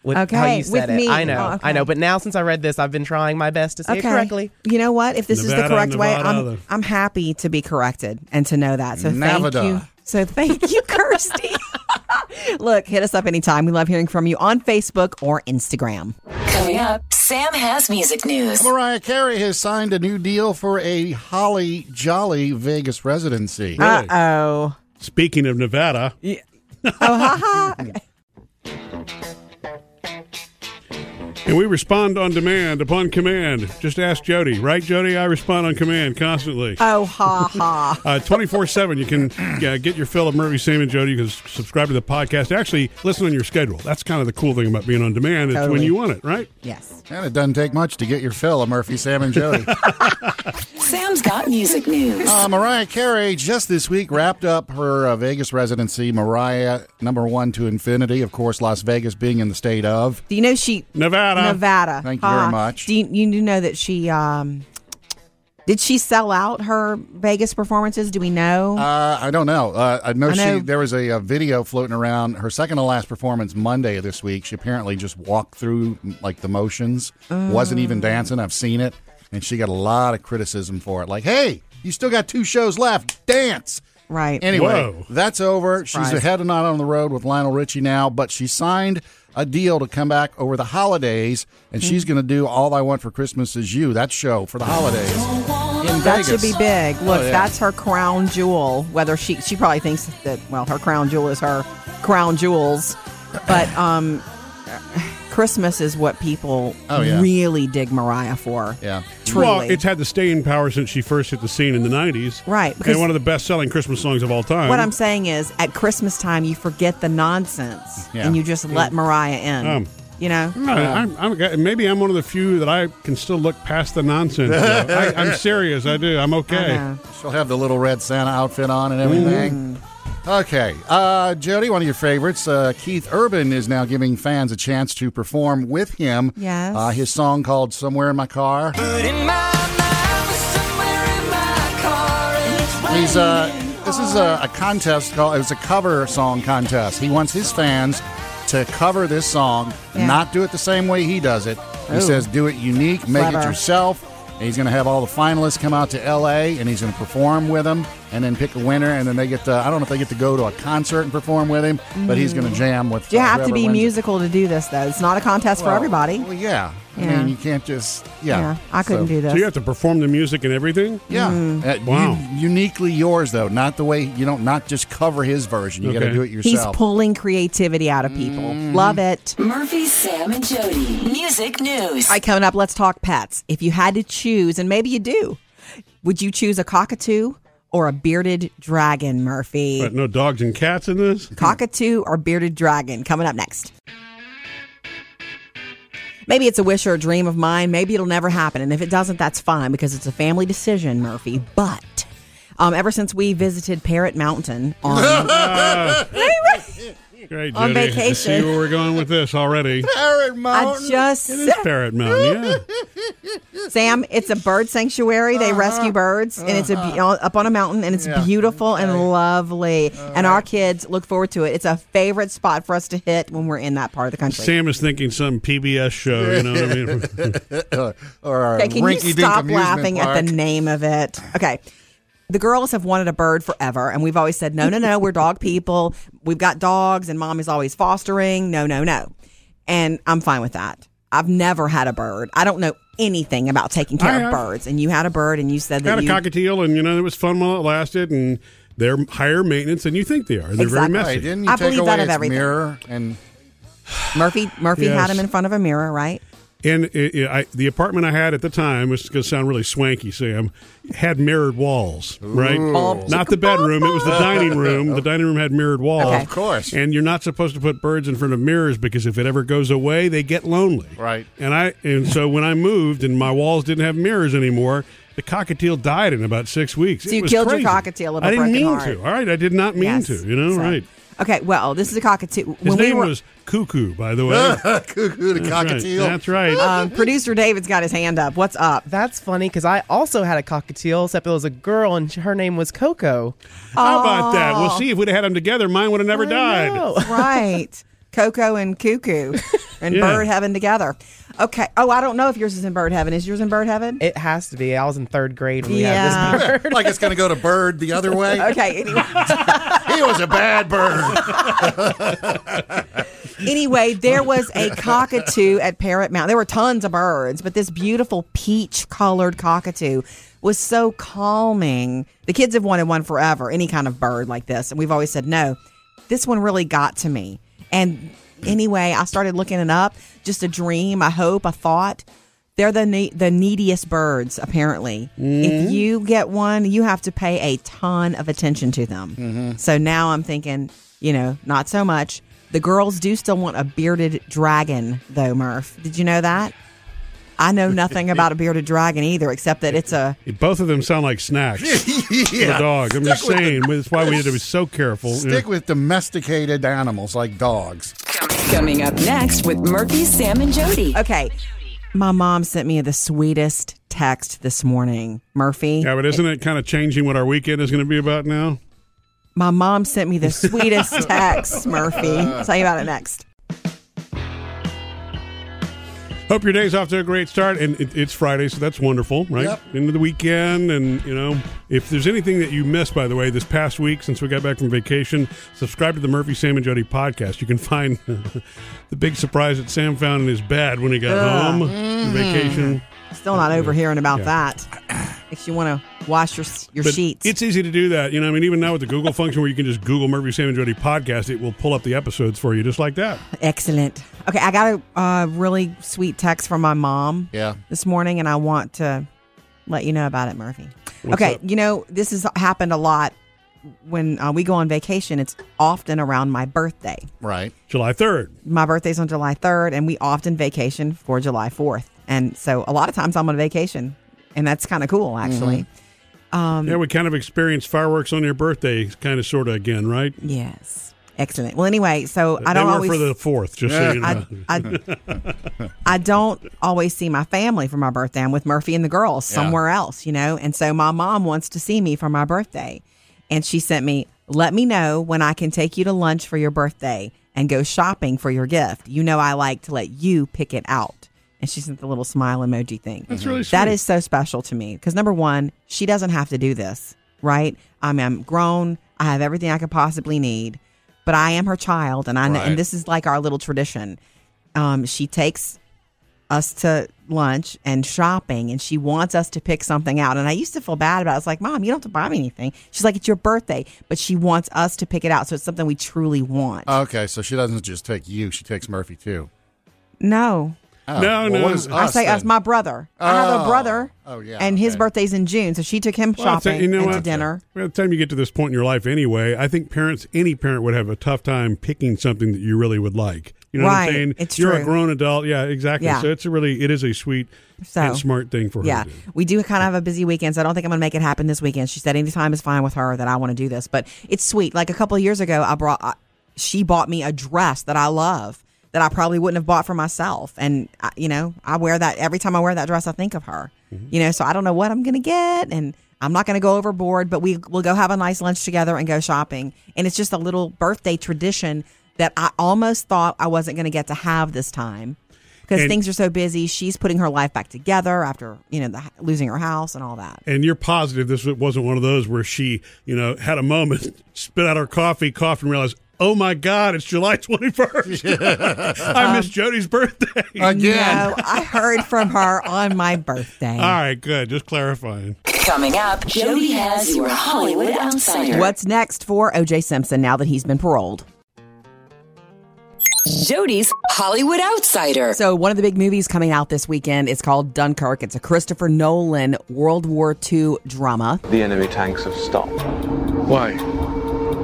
Speaker 13: With
Speaker 3: Okay,
Speaker 13: how you said
Speaker 3: with
Speaker 13: it.
Speaker 3: me.
Speaker 13: I know,
Speaker 3: Oh, okay.
Speaker 13: I know. But now since I read this, I've been trying my best to say it correctly.
Speaker 3: You know what? If this is
Speaker 13: Nevada,
Speaker 3: the correct
Speaker 13: Nevada,
Speaker 3: way, I'm,
Speaker 13: other.
Speaker 3: I'm happy to be corrected and to know that. So
Speaker 1: Nevada.
Speaker 3: thank you. So thank you, Kirsty. Look, hit us up anytime. We love hearing from you on Facebook or Instagram.
Speaker 4: Coming up, Sam has music news.
Speaker 1: Mariah Carey has signed a new deal for a Holly Jolly Vegas residency.
Speaker 3: Uh oh.
Speaker 2: Speaking of Nevada,
Speaker 3: Oh, ha ha.
Speaker 2: and we respond on demand upon command. Just ask Jody, right, Jody? I respond on command constantly.
Speaker 3: Oh, ha ha.
Speaker 2: Uh, 24-7 you can uh, get your fill of murphy sam and jody you can s- subscribe to the podcast actually listen on your schedule that's kind of the cool thing about being on demand it's when
Speaker 1: Totally.
Speaker 2: you want it right
Speaker 3: Yes.
Speaker 1: And it doesn't take much to get your fill of Murphy, Sam, and Jody.
Speaker 4: Sam's got music news.
Speaker 1: Uh, Mariah Carey just this week wrapped up her uh, Vegas residency. Mariah, number one to infinity. Of course, Las Vegas being in the state of
Speaker 3: Do you know she
Speaker 2: Nevada.
Speaker 3: Nevada?
Speaker 1: Thank you very
Speaker 3: Ha.
Speaker 1: much.
Speaker 3: Do you, you do know that she um did she sell out her Vegas performances? Do we know?
Speaker 1: Uh, I don't know. Uh, I know
Speaker 3: I
Speaker 1: she.
Speaker 3: know-
Speaker 1: There was a, uh video floating around her second to last performance Monday of this week. She apparently just walked through like the motions, wasn't even
Speaker 3: Oh.
Speaker 1: dancing. I've seen it, and she got a lot of criticism for it. Like, hey, you still got two shows left. Dance.
Speaker 3: right.
Speaker 1: Anyway, that's over. She's
Speaker 3: Surprise.
Speaker 1: ahead and not on the road with Lionel Richie now, but she signed a deal to come back over the holidays, and
Speaker 3: Mm-hmm.
Speaker 1: she's going to do All I Want for Christmas Is You, that show for the holidays. In
Speaker 3: That
Speaker 1: Vegas.
Speaker 3: should be big. Look,
Speaker 1: Oh, yeah.
Speaker 3: that's her crown jewel. Whether she she probably thinks that well, her crown jewel is her crown jewels, but um, Christmas is what people
Speaker 2: Oh, yeah.
Speaker 3: really dig Mariah for.
Speaker 1: Yeah.
Speaker 3: Truly.
Speaker 2: Well, it's had the staying power since she first hit the scene in the 90s.
Speaker 3: Right, because-
Speaker 2: And one of the best selling Christmas songs of all time.
Speaker 3: what I'm saying is, at Christmas time, you forget the nonsense
Speaker 2: Yeah.
Speaker 3: and you just let
Speaker 2: Yeah.
Speaker 3: Mariah in.
Speaker 2: Um,
Speaker 3: you know,
Speaker 2: No, I'm, I'm, a guy- maybe I'm one of the few that I can still look past the nonsense. though. I, I'm serious. I do. I'm okay.
Speaker 1: know. She'll have the little red Santa outfit on and everything. Okay, uh, Jody, one of your favorites, uh, Keith Urban is now giving fans a chance to perform with him.
Speaker 3: Yes.
Speaker 1: Uh, his song called "Somewhere in My Car." He's uh, this is a, a contest called. It was a cover song contest. He wants his fans to cover this song,
Speaker 3: Yeah. Oh.
Speaker 1: not do it the same way he does it. He
Speaker 3: Ooh.
Speaker 1: says, do it unique, make it
Speaker 3: Clever.
Speaker 1: yourself. And he's going to have all the finalists come out to L.A. and he's going to perform with them, and then pick a winner, and then they get to. I don't know if they get to go to a concert and perform with him, but he's going to jam with.
Speaker 3: do Mm. you
Speaker 1: uh,
Speaker 3: have to
Speaker 1: whoever
Speaker 3: be
Speaker 1: wins it.
Speaker 3: musical to do this though? It's not a contest for
Speaker 1: Well,
Speaker 3: everybody.
Speaker 1: Well, yeah. I
Speaker 3: Yeah.
Speaker 1: mean, you can't just. Yeah.
Speaker 3: Yeah, I couldn't
Speaker 1: So-
Speaker 3: do Mm. this.
Speaker 2: So you have to perform the music and everything?
Speaker 1: Yeah. Uh,
Speaker 2: Wow.
Speaker 1: u- uniquely yours though, not the way you don't not just cover his version. You got to
Speaker 2: Okay.
Speaker 1: do it yourself.
Speaker 3: He's pulling creativity out of people.
Speaker 1: Mm.
Speaker 3: Love it.
Speaker 4: Murphy, Sam, and Jody. Music news.
Speaker 3: All right, coming up, let's talk pets. If you had to choose, and maybe you do, would you choose a cockatoo or a bearded dragon, Murphy?
Speaker 2: But no dogs and cats in this?
Speaker 3: Cockatoo or bearded dragon? Coming up next. Maybe it's a wish or a dream of mine. Maybe it'll never happen. And if it doesn't, that's fine because it's a family decision, Murphy. But um, ever since we visited Parrot Mountain on.
Speaker 2: Great,
Speaker 3: On
Speaker 2: Judy. I see
Speaker 3: vacation.
Speaker 2: where we're going with this already.
Speaker 1: Parrot
Speaker 2: Oh,
Speaker 3: I just.
Speaker 2: It is Parrot Mountain, yeah.
Speaker 3: Sam, it's a bird sanctuary.
Speaker 1: Uh-huh.
Speaker 3: They rescue birds, and it's a, be- up on a mountain, and it's beautiful and lovely. And our kids look forward to it. It's a favorite spot for us to hit when we're in that part of the country.
Speaker 2: Sam is thinking some PBS show, you know what I mean?
Speaker 1: or
Speaker 3: Okay, can you
Speaker 1: rinky-dink
Speaker 3: stop
Speaker 1: amusement
Speaker 3: laughing
Speaker 1: park.
Speaker 3: at the name of it? Okay. The girls have wanted a bird forever, and we've always said, no, no, no, we're dog people. We've got dogs, and mommy's always fostering. No, no, no. And I'm fine with that. I've never had a bird. I don't know anything about taking
Speaker 2: I
Speaker 3: care of
Speaker 2: have.
Speaker 3: birds. And you had a bird, and you said that
Speaker 2: Had a
Speaker 3: you
Speaker 2: cockatiel, and you know it was fun while it lasted, and they're higher maintenance than you think they are. They're very
Speaker 3: Exactly.
Speaker 2: messy.
Speaker 1: Hey, didn't you
Speaker 3: I
Speaker 1: take
Speaker 3: believe
Speaker 1: away
Speaker 3: that of
Speaker 1: its
Speaker 3: everything.
Speaker 1: mirror and
Speaker 3: Murphy Murphy
Speaker 2: Yes.
Speaker 3: had him in front of a mirror, right?
Speaker 2: And it, it, I, the apartment I had at the time, which is going to sound really swanky, Sam, had mirrored walls, right?
Speaker 1: Ooh.
Speaker 2: Not the bedroom, it was the dining room. The dining room had mirrored walls.
Speaker 1: Okay. Of course.
Speaker 2: And you're not supposed to put birds in front of mirrors because if it ever goes away, they get lonely.
Speaker 1: right?
Speaker 2: And I and so when I moved and my walls didn't have mirrors anymore, the cockatiel died in about six weeks.
Speaker 3: So
Speaker 2: It
Speaker 3: you
Speaker 2: was
Speaker 3: killed your
Speaker 2: crazy.
Speaker 3: cockatiel with a
Speaker 2: I didn't
Speaker 3: broken
Speaker 2: mean
Speaker 3: heart.
Speaker 2: to. All right, I did not mean
Speaker 3: Yes.
Speaker 2: to. You know,
Speaker 3: So-
Speaker 2: right?
Speaker 3: Okay, well, this is a cockatoo.
Speaker 2: His
Speaker 3: When we
Speaker 2: name
Speaker 3: were-
Speaker 2: was Cuckoo, by the way.
Speaker 1: Cuckoo to
Speaker 2: That's right.
Speaker 1: cockatiel.
Speaker 2: That's right.
Speaker 3: um, producer David's got his hand up. What's up?
Speaker 13: That's funny because I also had a cockatiel, except it was a girl and her name was Coco.
Speaker 2: How about that? We'll
Speaker 1: Oh.
Speaker 2: see if we'd have had them together. Mine would have never died.
Speaker 13: know.
Speaker 3: right. Coco and Cuckoo and
Speaker 2: Yeah.
Speaker 3: Bird Heaven together. Okay. Oh, I don't know if yours is in Bird Heaven. Is yours in Bird Heaven?
Speaker 13: It has to be. I was in third grade when we
Speaker 3: Yeah.
Speaker 13: had this bird.
Speaker 1: like it's going to go to bird the other way.
Speaker 3: Okay. Anyway,
Speaker 1: He was a bad bird.
Speaker 3: anyway, there was a cockatoo at Parrot Mountain. There were tons of birds, but this beautiful peach colored cockatoo was so calming. The kids have wanted one forever, any kind of bird like this. And we've always said no. This one really got to me. And anyway, I started looking it up. Just a dream, a hope, a thought. They're the ne- the neediest birds, apparently. If you get one, you have to pay a ton of attention to them. So now I'm thinking, you know, not so much. The girls do still want a bearded dragon, though, Murph. Did you know that? I know nothing about a bearded dragon either, except that it's a
Speaker 2: Both of them sound like snacks. for the
Speaker 1: yeah.
Speaker 2: dog. I'm just saying. That's why we had to be so careful. you know.
Speaker 1: Stick with domesticated animals like dogs.
Speaker 4: Coming up next with Murphy, Sam, and Jody.
Speaker 3: okay. My mom sent me the sweetest text this morning, Murphy.
Speaker 2: Yeah, but isn't it kind of changing what our weekend is going to be about now?
Speaker 3: My mom sent me the sweetest text, Murphy. I'll tell you about it next.
Speaker 2: Hope your day's off to a great start, and it, it's Friday, so that's wonderful, right?
Speaker 1: Yep.
Speaker 2: Into the weekend, and you know, if there's anything that you missed, by the way, this past week since we got back from vacation, subscribe to the Murphy Sam and Jody podcast. You can find the big surprise that Sam found in his bed
Speaker 1: Ah. Mm-hmm.
Speaker 2: when he got home from vacation.
Speaker 3: Still not over hearing about
Speaker 2: Yeah.
Speaker 3: that. Makes you want to Wash your s- your
Speaker 2: But
Speaker 3: sheets.
Speaker 2: It's easy to do that. You know, I mean, even now with the Google function where you can just Google Murphy, Sam, and Jody podcast, it will pull up the episodes for you just like that.
Speaker 3: Excellent. Okay, I got a uh, really sweet text from my mom.
Speaker 2: Yeah.
Speaker 3: This morning, and I want to let you know about it, Murphy.
Speaker 2: What's
Speaker 3: okay,
Speaker 2: up?
Speaker 3: you know this has happened a lot when uh, we go on vacation. It's often around my birthday.
Speaker 1: Right.
Speaker 2: July 3rd.
Speaker 3: My birthday's on July 3rd, and we often vacation for July 4th. And so a lot of times I'm on vacation, and that's kind of cool, actually.
Speaker 2: Mm-hmm.
Speaker 3: Um,
Speaker 2: yeah, we kind of experienced fireworks on your birthday, kind of, sort of again, right?
Speaker 3: Yes. Excellent. Well, anyway, so I
Speaker 2: They
Speaker 3: don't
Speaker 2: were
Speaker 3: always
Speaker 2: for the fourth, just so you know.
Speaker 3: I, I- I don't always see my family for my birthday. I'm with Murphy and the girls
Speaker 2: Yeah.
Speaker 3: somewhere else, you know. And so my mom wants to see me for my birthday, and she sent me, "Let me know when I can take you to lunch for your birthday and go shopping for your gift. You know, I like to let you pick it out." And she sent the little smile emoji thing.
Speaker 2: That's really
Speaker 3: That
Speaker 2: sweet.
Speaker 3: is so special to me because number one, she doesn't have to do this, right? I mean, I'm grown. I have everything I could possibly need, but I am her child, and I know,
Speaker 18: Right.
Speaker 3: and this is like our little tradition. Um, she takes us to lunch and shopping, and she wants us to pick something out. And I used to feel bad about. it. I was like, "Mom, you don't have to buy me anything." She's like, "It's your birthday," but she wants us to pick it out, so it's something we truly want.
Speaker 1: Okay, so she doesn't just take you; she takes Murphy too.
Speaker 3: No.
Speaker 1: Oh, No, well, no. what is
Speaker 3: I
Speaker 1: us
Speaker 3: say us,
Speaker 1: then?
Speaker 3: my brother. I have a
Speaker 1: Oh.
Speaker 3: brother.
Speaker 1: Oh, yeah,
Speaker 3: And his
Speaker 2: okay.
Speaker 3: birthday's in June, so she took him
Speaker 2: Well, I'll
Speaker 3: shopping
Speaker 2: tell- you know
Speaker 3: and to
Speaker 2: what?
Speaker 3: dinner.
Speaker 2: By the time you get to this point in your life, anyway, I think parents, any parent, would have a tough time picking something that you really would like. You know what
Speaker 3: Right.
Speaker 2: I'm saying?
Speaker 3: It's
Speaker 2: You're a
Speaker 3: true.
Speaker 2: grown adult. Yeah, exactly.
Speaker 3: Yeah.
Speaker 2: So it's a really, it is a sweet
Speaker 3: So-
Speaker 2: and smart thing for her.
Speaker 3: Yeah,
Speaker 2: to do.
Speaker 3: we do kind of have a busy weekend, so I don't think I'm going to make it happen this weekend. She said anytime is fine with her that I want to do this, but it's sweet. Like a couple of years ago, I brought I, she bought me a dress that I love that I probably wouldn't have bought for myself, and I, you know I wear that every time I wear that dress, I think of her.
Speaker 2: Mm-hmm.
Speaker 3: You know, so I don't know what I'm going to get, and I'm not going to go overboard, but we will go have a nice lunch together and go shopping, and it's just a little birthday tradition that I almost thought I wasn't going to get to have this time because
Speaker 2: And-
Speaker 3: things are so busy. She's putting her life back together after you know the, losing her house and all that.
Speaker 2: And you're positive this wasn't one of those where she, you know, had a moment, spit out her coffee, coughed, and realized, oh my God, it's July 21st. I missed Jody's birthday.
Speaker 3: No, I heard from her on my birthday.
Speaker 2: All right, good. Just clarifying.
Speaker 4: Coming up, Jody has your Hollywood Outsider.
Speaker 3: What's next for O.J. Simpson now that he's been paroled?
Speaker 4: Jody's Hollywood Outsider.
Speaker 3: So one of the big movies coming out this weekend is called Dunkirk. It's a Christopher Nolan World War II drama.
Speaker 7: The enemy tanks have stopped. Why?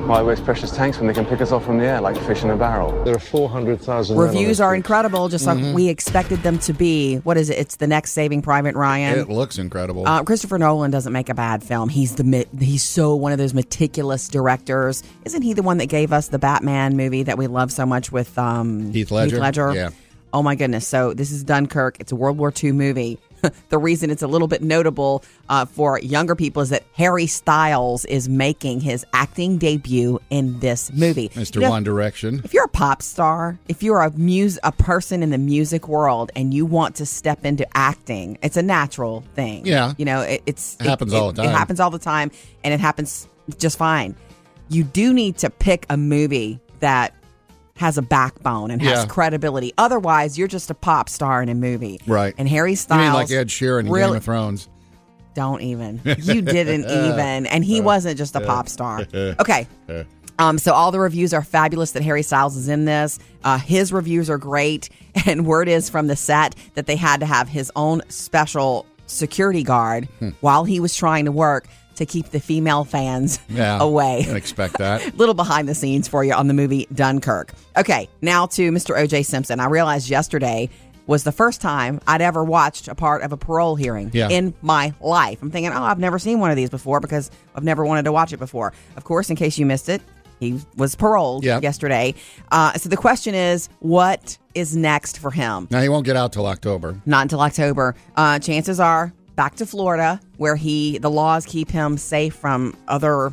Speaker 7: Why waste precious tanks when they can pick us off from the air like fish in a barrel? There are 400,000
Speaker 3: Reviews are incredible, just
Speaker 7: Mhm.
Speaker 3: like we expected them to be. What is it? It's the next Saving Private Ryan.
Speaker 1: It looks incredible.
Speaker 3: Uh, Christopher Nolan doesn't make a bad film. He's the me- he's so one of those meticulous directors. Isn't he the one that gave us the Batman movie that we love so much with um,
Speaker 1: Heath Ledger? Yeah.
Speaker 3: Oh my goodness! So this is Dunkirk. It's a World War II movie. the reason it's a little bit notable uh, for younger people is that Harry Styles is making his acting debut in this movie.
Speaker 1: Mr.
Speaker 3: You know,
Speaker 1: One Direction.
Speaker 3: if you're a pop star, if you're a muse, a person in the music world, and you want to step into acting, it's a natural thing.
Speaker 1: Yeah.
Speaker 3: you know, it, it's
Speaker 1: It happens all the
Speaker 3: It
Speaker 1: time.
Speaker 3: happens all the time, and it happens just fine. You do need to pick a movie that has a backbone and has
Speaker 1: Yeah.
Speaker 3: credibility. Otherwise, you're just a pop star in a movie,
Speaker 1: Right.
Speaker 3: And Harry
Speaker 1: You
Speaker 3: Styles,
Speaker 1: mean like Ed Sheeran in Game
Speaker 3: really-
Speaker 1: of Thrones?
Speaker 3: Don't even. You didn't even, and he wasn't just a pop star. Okay,
Speaker 1: Uh,
Speaker 3: um, so all the reviews are fabulous that Harry Styles is in this. Uh, his reviews are great, and word is from the set that they had to have his own special security guard while he was trying to work to keep the female fans
Speaker 1: yeah.
Speaker 3: away.
Speaker 1: Didn't expect that.
Speaker 3: Little behind the scenes for you on the movie Dunkirk. Okay, now to Mr. O.J. Simpson. I realized yesterday was the first time I'd ever watched a part of a parole hearing
Speaker 18: Yeah.
Speaker 3: in my life. I'm thinking, oh, I've never seen one of these before because I've never wanted to watch it before. Of course, in case you missed it, he was paroled yesterday. Uh, so the question is, what is next for him?
Speaker 1: Now he won't get out till October.
Speaker 3: Not until October. Uh, chances are back to Florida, where he the laws keep him safe from other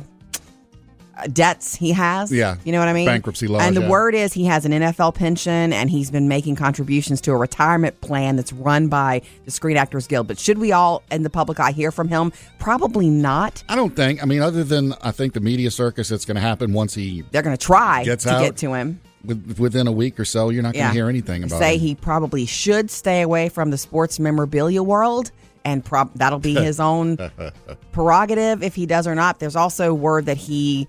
Speaker 3: uh, debts he has.
Speaker 1: Yeah.
Speaker 3: you know what I mean.
Speaker 1: Bankruptcy laws,
Speaker 3: And the
Speaker 1: yeah.
Speaker 3: word is he has an NFL pension, and he's been making contributions to a retirement plan that's run by the Screen Actors Guild. But should we all in the public eye hear from him? Probably not.
Speaker 1: I don't think. I mean, other than I think the media circus that's going to happen once he
Speaker 3: They're going to try
Speaker 1: gets
Speaker 3: to
Speaker 1: out
Speaker 3: get to him.
Speaker 1: with, within a week or so, you're not going to hear anything about
Speaker 3: Say
Speaker 1: him.
Speaker 3: he probably should stay away from the sports memorabilia world and prob- that'll be his own prerogative if he does or not. There's also word that he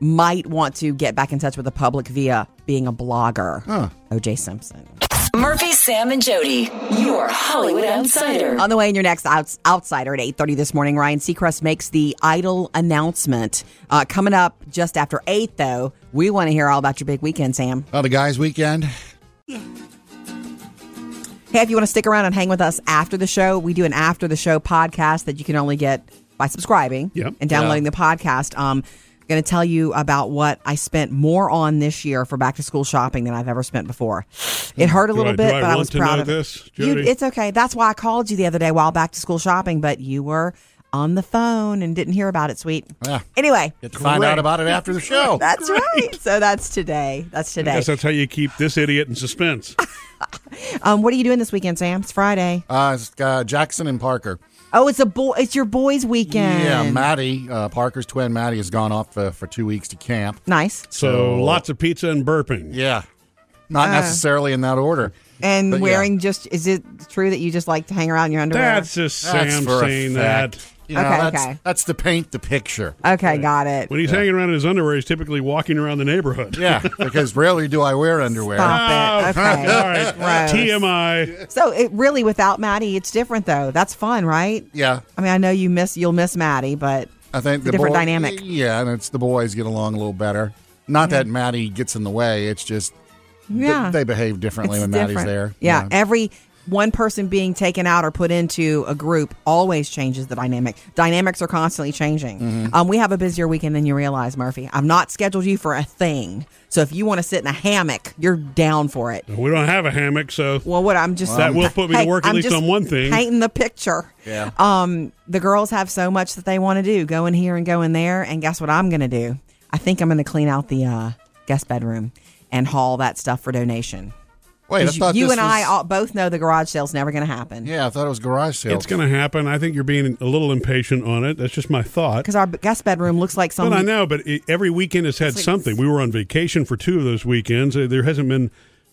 Speaker 3: might want to get back in touch with the public via being a blogger. OJ Simpson.
Speaker 4: Murphy, Sam, and Jody, your Hollywood outsider.
Speaker 3: On the way in your next outs- outsider at 8:30 this morning, Ryan Seacrest makes the idol announcement. Uh, coming up just after 8 though, we want to hear all about your big weekend, Sam.
Speaker 1: Oh, the guys' weekend.
Speaker 3: Hey, if you want to stick around and hang with us after the show, we do an after the show podcast that you can only get by subscribing
Speaker 2: Yep.
Speaker 3: and downloading
Speaker 2: Yeah.
Speaker 3: the podcast. Um, going to tell you about what I spent more on this year for back to school shopping than I've ever spent before. It hurt a
Speaker 2: Hmm. Do
Speaker 3: little
Speaker 2: I-
Speaker 3: bit,
Speaker 2: do I
Speaker 3: but I
Speaker 2: want
Speaker 3: was
Speaker 2: to
Speaker 3: proud
Speaker 2: know
Speaker 3: of it.
Speaker 2: this,
Speaker 3: You-
Speaker 2: Jody?
Speaker 3: it's okay. That's why I called you the other day while back to school shopping, but you were on the phone and didn't hear about it, sweet.
Speaker 1: Yeah.
Speaker 3: Anyway,
Speaker 1: Get to find out about it after the show.
Speaker 3: That's right. So that's today. That's
Speaker 2: I
Speaker 3: today.
Speaker 2: guess that's how you keep this idiot in suspense.
Speaker 3: Um, what are you doing this weekend, Sam? It's Friday.
Speaker 1: Uh, it's, uh, Jackson and Parker.
Speaker 3: Oh, it's a boy. It's your boys' weekend.
Speaker 1: Yeah, Maddie, uh, Parker's twin Maddie, has gone off uh, for two weeks to camp.
Speaker 3: Nice.
Speaker 2: So lots of pizza and burping.
Speaker 1: Yeah, not
Speaker 3: Uh.
Speaker 1: necessarily in that order.
Speaker 3: and
Speaker 1: But yeah.
Speaker 3: wearing just is it true that you just like to hang around in your underwear?
Speaker 2: That's just
Speaker 1: That's
Speaker 2: Sam
Speaker 1: for a
Speaker 2: saying
Speaker 1: fact.
Speaker 2: that.
Speaker 1: You know,
Speaker 3: Okay,
Speaker 1: that's,
Speaker 3: okay.
Speaker 1: That's to paint the picture.
Speaker 3: okay. Got it.
Speaker 2: When he's hanging around in his underwear, he's typically walking around the neighborhood.
Speaker 1: Yeah, because rarely do I wear underwear.
Speaker 3: Stop it. Okay.
Speaker 2: All right.
Speaker 3: Gross.
Speaker 2: TMI.
Speaker 3: So it really without Maddie, it's different though. That's fun, right?
Speaker 1: Yeah,
Speaker 3: I mean, I know you miss you'll miss Maddie, but
Speaker 1: I think
Speaker 3: It's a
Speaker 1: the
Speaker 3: different
Speaker 1: boy-
Speaker 3: dynamic.
Speaker 1: Yeah, and it's the boys get along a little better. Not that Maddie gets in the way. It's just th-
Speaker 3: yeah,
Speaker 1: they behave differently
Speaker 3: it's
Speaker 1: when Maddie's
Speaker 3: different.
Speaker 1: there.
Speaker 3: Yeah, every one person being taken out or put into a group always changes the dynamic. Dynamics are constantly changing.
Speaker 1: Mm-hmm.
Speaker 3: Um, we have a busier weekend than you realize, Murphy. I've not scheduled you for a thing. So if you want to sit in a hammock, you're down for it.
Speaker 2: We don't have a hammock, so
Speaker 3: Well, what I'm just
Speaker 2: That will put me to work at
Speaker 3: I'm
Speaker 2: least
Speaker 3: just
Speaker 2: on one thing.
Speaker 3: Painting the picture.
Speaker 1: Yeah.
Speaker 3: Um, the girls have so much that they want to do. Go in here and go in there, and guess what I'm going to do? I think I'm going to clean out the uh, guest bedroom and haul that stuff for donation.
Speaker 1: Wait, I
Speaker 3: 'Cause
Speaker 1: thought
Speaker 3: you
Speaker 1: this
Speaker 3: and I
Speaker 1: was-
Speaker 3: all, both know the garage sale's never going to happen
Speaker 1: Yeah, I thought it was garage sales.
Speaker 2: it's going to happen. I think you're being a little impatient on it. That's just my thought.
Speaker 3: because our b- guest bedroom looks like some.
Speaker 2: But I know, but it, every weekend has had something. We were on vacation for two of those weekends. Uh, There hasn't been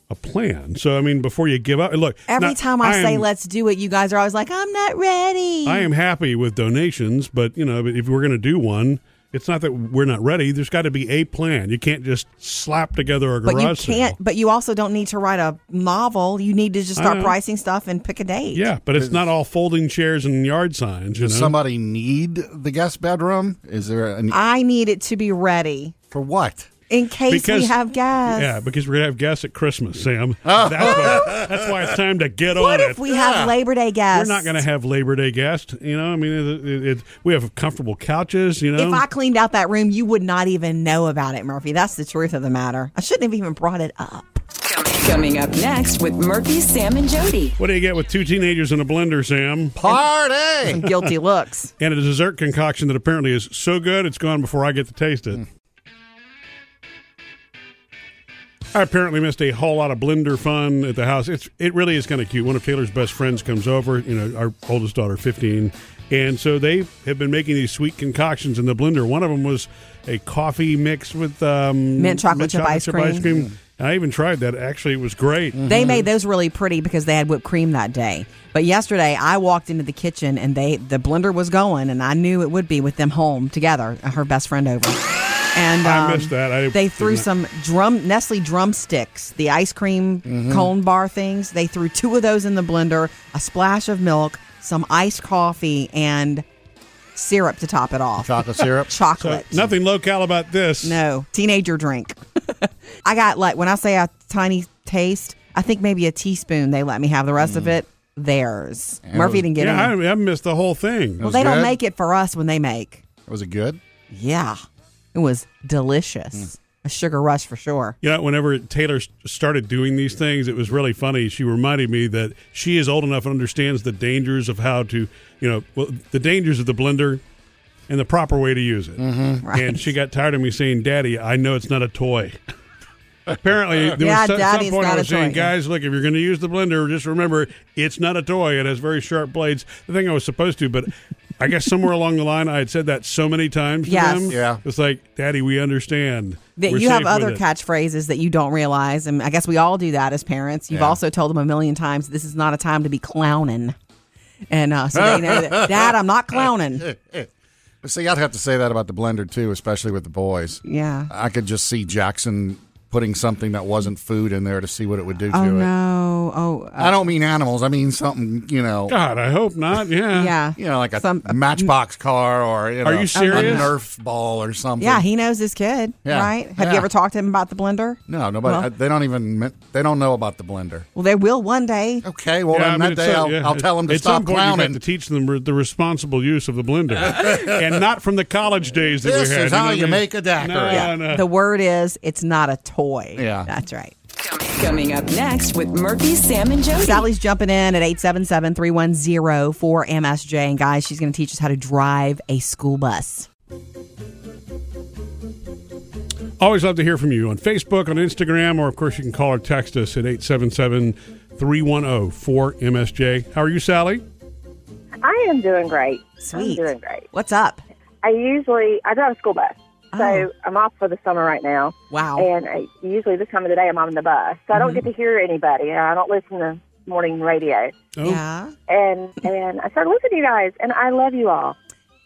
Speaker 2: a plan. So I mean, before you give up, look.
Speaker 3: Every
Speaker 2: not-
Speaker 3: time I, say
Speaker 2: am-
Speaker 3: let's do it, you guys are always like, "I'm not ready."
Speaker 2: I am happy with donations, but you know, if we're going to do one, it's not that we're not ready. There's got to be a plan. You can't just slap together a
Speaker 3: But you
Speaker 2: garage.
Speaker 3: can't.
Speaker 2: sale.
Speaker 3: But you also don't need to write a novel. You need to just
Speaker 2: I
Speaker 3: start
Speaker 2: know.
Speaker 3: pricing stuff and pick a date.
Speaker 2: Yeah, but it's not all folding chairs and yard signs. You know,
Speaker 1: Does somebody need the guest bedroom? Is there an
Speaker 3: I need it to be ready
Speaker 1: for what?
Speaker 3: in case we
Speaker 2: Because-
Speaker 3: have guests.
Speaker 2: yeah, because we're gonna have guests at Christmas, Sam. That's, why, that's why it's time to get
Speaker 3: What
Speaker 2: on
Speaker 3: if
Speaker 2: it.
Speaker 3: we have Labor Day guests?
Speaker 2: We're not going to have Labor Day guests. You know, I mean, it, it, it, we have comfortable couches. You know,
Speaker 3: If I cleaned out that room, you would not even know about it, Murphy. That's the truth of the matter. I shouldn't have even brought it up.
Speaker 4: Coming up next with Murphy, Sam, and Jody.
Speaker 2: what do you get with two teenagers and a blender,
Speaker 3: Some
Speaker 2: Sam?
Speaker 1: Party!
Speaker 3: guilty looks.
Speaker 2: And a dessert concoction that apparently is so good it's gone before I get to taste it. I apparently missed a whole lot of blender fun at the house. It's it really is kind of cute. One of Taylor's best friends comes over. You know, our oldest daughter, fifteen, and so they have been making these sweet concoctions in the blender. One of them was a coffee mixed with um,
Speaker 3: Mint chocolate chip ice cream. Hmm.
Speaker 2: I even tried that. Actually, it was great.
Speaker 3: They made those really pretty because they had whipped cream that day. But yesterday, I walked into the kitchen and they the blender was going, and I knew it would be with them home together. uh, Her best friend over. And
Speaker 2: I
Speaker 3: um,
Speaker 2: missed that. I
Speaker 3: they
Speaker 2: did
Speaker 3: threw
Speaker 2: not-
Speaker 3: some drum Nestle drumsticks, the ice cream
Speaker 2: Mm-hmm.
Speaker 3: cone bar things. They threw two of those in the blender, a splash of milk, some iced coffee, and syrup to top it off.
Speaker 1: Chocolate syrup.
Speaker 2: So,
Speaker 3: Chocolate.
Speaker 2: nothing local about this.
Speaker 3: No, teenager drink. I got like when I say a tiny taste, I think maybe a teaspoon. They let me have the rest of it. Theirs. Murphy didn't get
Speaker 2: Mm. Yeah,
Speaker 3: any.
Speaker 2: I, I missed the whole thing.
Speaker 3: Well, they
Speaker 1: good.
Speaker 3: don't make it for us when they make.
Speaker 1: Was it good?
Speaker 3: Yeah, it was delicious.
Speaker 2: Mm.
Speaker 3: A sugar rush for sure.
Speaker 2: You know, whenever Taylor s- started doing these things, it was really funny. She reminded me that she is old enough and understands the dangers of how to, you know, well, the dangers of the blender and the proper way to use it. Mm-hmm.
Speaker 3: Right.
Speaker 2: And she got tired of me saying, "Daddy, I know it's not a toy." Apparently, there
Speaker 3: Yeah,
Speaker 2: was so-
Speaker 3: Daddy,
Speaker 2: some
Speaker 3: it's
Speaker 2: point
Speaker 3: not a
Speaker 2: I was saying,
Speaker 3: toy, yeah.
Speaker 2: "Guys, look, if you're going to use the blender, just remember it's not a toy. It has very sharp blades." The thing I was supposed to, but I guess somewhere along the line, I had said that so many times to
Speaker 3: Yes.
Speaker 2: them.
Speaker 1: Yeah.
Speaker 2: it's like, "Daddy, we understand."
Speaker 3: That
Speaker 2: We're
Speaker 3: you have
Speaker 2: safe with
Speaker 3: other
Speaker 2: it."
Speaker 3: catchphrases that you don't realize, and I guess we all do that as parents. You've
Speaker 1: Yeah.
Speaker 3: also told them a million times this is not a time to be clowning. and uh, so they know that Dad, I'm not clowning.
Speaker 1: See, I'd have to say that about the blender too, especially with the boys.
Speaker 3: Yeah.
Speaker 1: I could just see Jackson putting something that wasn't food in there to see what it would do to
Speaker 3: Oh
Speaker 1: it.
Speaker 3: no! Oh, uh,
Speaker 1: I don't mean animals. I mean something, you know.
Speaker 2: God, I hope not. Yeah.
Speaker 3: Yeah. uh,
Speaker 1: You know, like a matchbox car or you know,
Speaker 2: Are you serious?
Speaker 1: a Nerf ball or something.
Speaker 3: Yeah, he knows his kid,
Speaker 1: Yeah.
Speaker 3: right? Have
Speaker 1: Yeah.
Speaker 3: you ever talked to him about the blender?
Speaker 1: No, nobody.
Speaker 3: Well-
Speaker 1: I- they don't even. men- They don't know about the blender.
Speaker 3: Well, they will one day.
Speaker 1: Okay, well
Speaker 2: Yeah,
Speaker 1: then
Speaker 2: I mean,
Speaker 1: that
Speaker 2: at
Speaker 1: day
Speaker 2: some-
Speaker 1: I'll,
Speaker 2: yeah,
Speaker 1: I'll tell them to
Speaker 2: at
Speaker 1: stop
Speaker 2: some point you've got
Speaker 1: clowning.
Speaker 2: to teach them re- the responsible use of the blender, and not from the college days that
Speaker 1: This
Speaker 2: we had.
Speaker 1: is how
Speaker 2: know what
Speaker 1: you
Speaker 2: I mean?
Speaker 1: make a daiquiri.
Speaker 2: No,
Speaker 1: Yeah.
Speaker 2: no.
Speaker 3: The word is, it's not a toy.
Speaker 1: Yeah.
Speaker 3: That's right.
Speaker 4: Coming up next with Murphy, Sam, and Jody.
Speaker 3: Sally's jumping in at 877-310-4MSJ. And guys, she's going to teach us how to drive a school bus.
Speaker 2: Always love to hear from you on Facebook, on Instagram, or of course you can call or text us at 877 310 4MSJ. How are you, Sally?
Speaker 10: I am doing great.
Speaker 3: Sweet.
Speaker 10: I'm doing great.
Speaker 3: What's up?
Speaker 10: I usually I drive a school bus,
Speaker 3: Oh.
Speaker 10: so I'm off for the summer right now.
Speaker 3: Wow.
Speaker 10: And I, usually this time of the day I'm on the bus, so I
Speaker 3: Mm-hmm.
Speaker 10: don't get to hear anybody. and I don't listen to morning radio,
Speaker 2: Oh,
Speaker 3: Yeah.
Speaker 10: and and I started listening to you guys, and I love you all.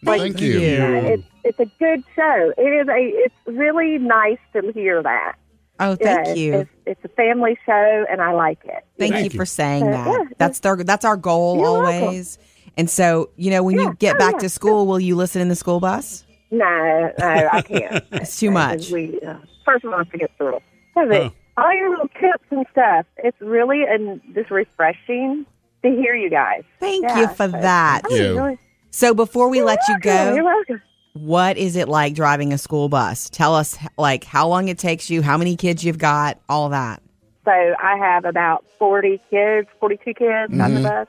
Speaker 1: Thank you.
Speaker 3: Mm.
Speaker 10: It's it's a good show. It is a it's really nice to hear that.
Speaker 3: Oh, thank you.
Speaker 10: It's, it's a family show, and I like it.
Speaker 3: Thank,
Speaker 2: Thank
Speaker 3: you,
Speaker 2: you.
Speaker 3: for saying
Speaker 10: Uh, yeah,
Speaker 3: that. That's their, that's our goal
Speaker 10: You're welcome. Oh,
Speaker 3: always. And so, you know, when you get back to school, will you listen in the school bus?
Speaker 10: No, no, I can't.
Speaker 3: It's too much.
Speaker 10: We, uh, first of all, I forget the little. All your little tips and stuff. It's really and just refreshing to hear you guys.
Speaker 3: Thank
Speaker 10: Yeah,
Speaker 3: you for
Speaker 10: so-
Speaker 3: that.
Speaker 1: Thank you.
Speaker 10: Really,
Speaker 3: So before we let you
Speaker 10: yeah, you're
Speaker 3: go,
Speaker 10: welcome.
Speaker 3: what is it like driving a school bus? Tell us like how long it takes you, how many kids you've got, all that.
Speaker 10: So I have about forty kids, forty-two kids on the
Speaker 3: Mm-hmm.
Speaker 10: bus,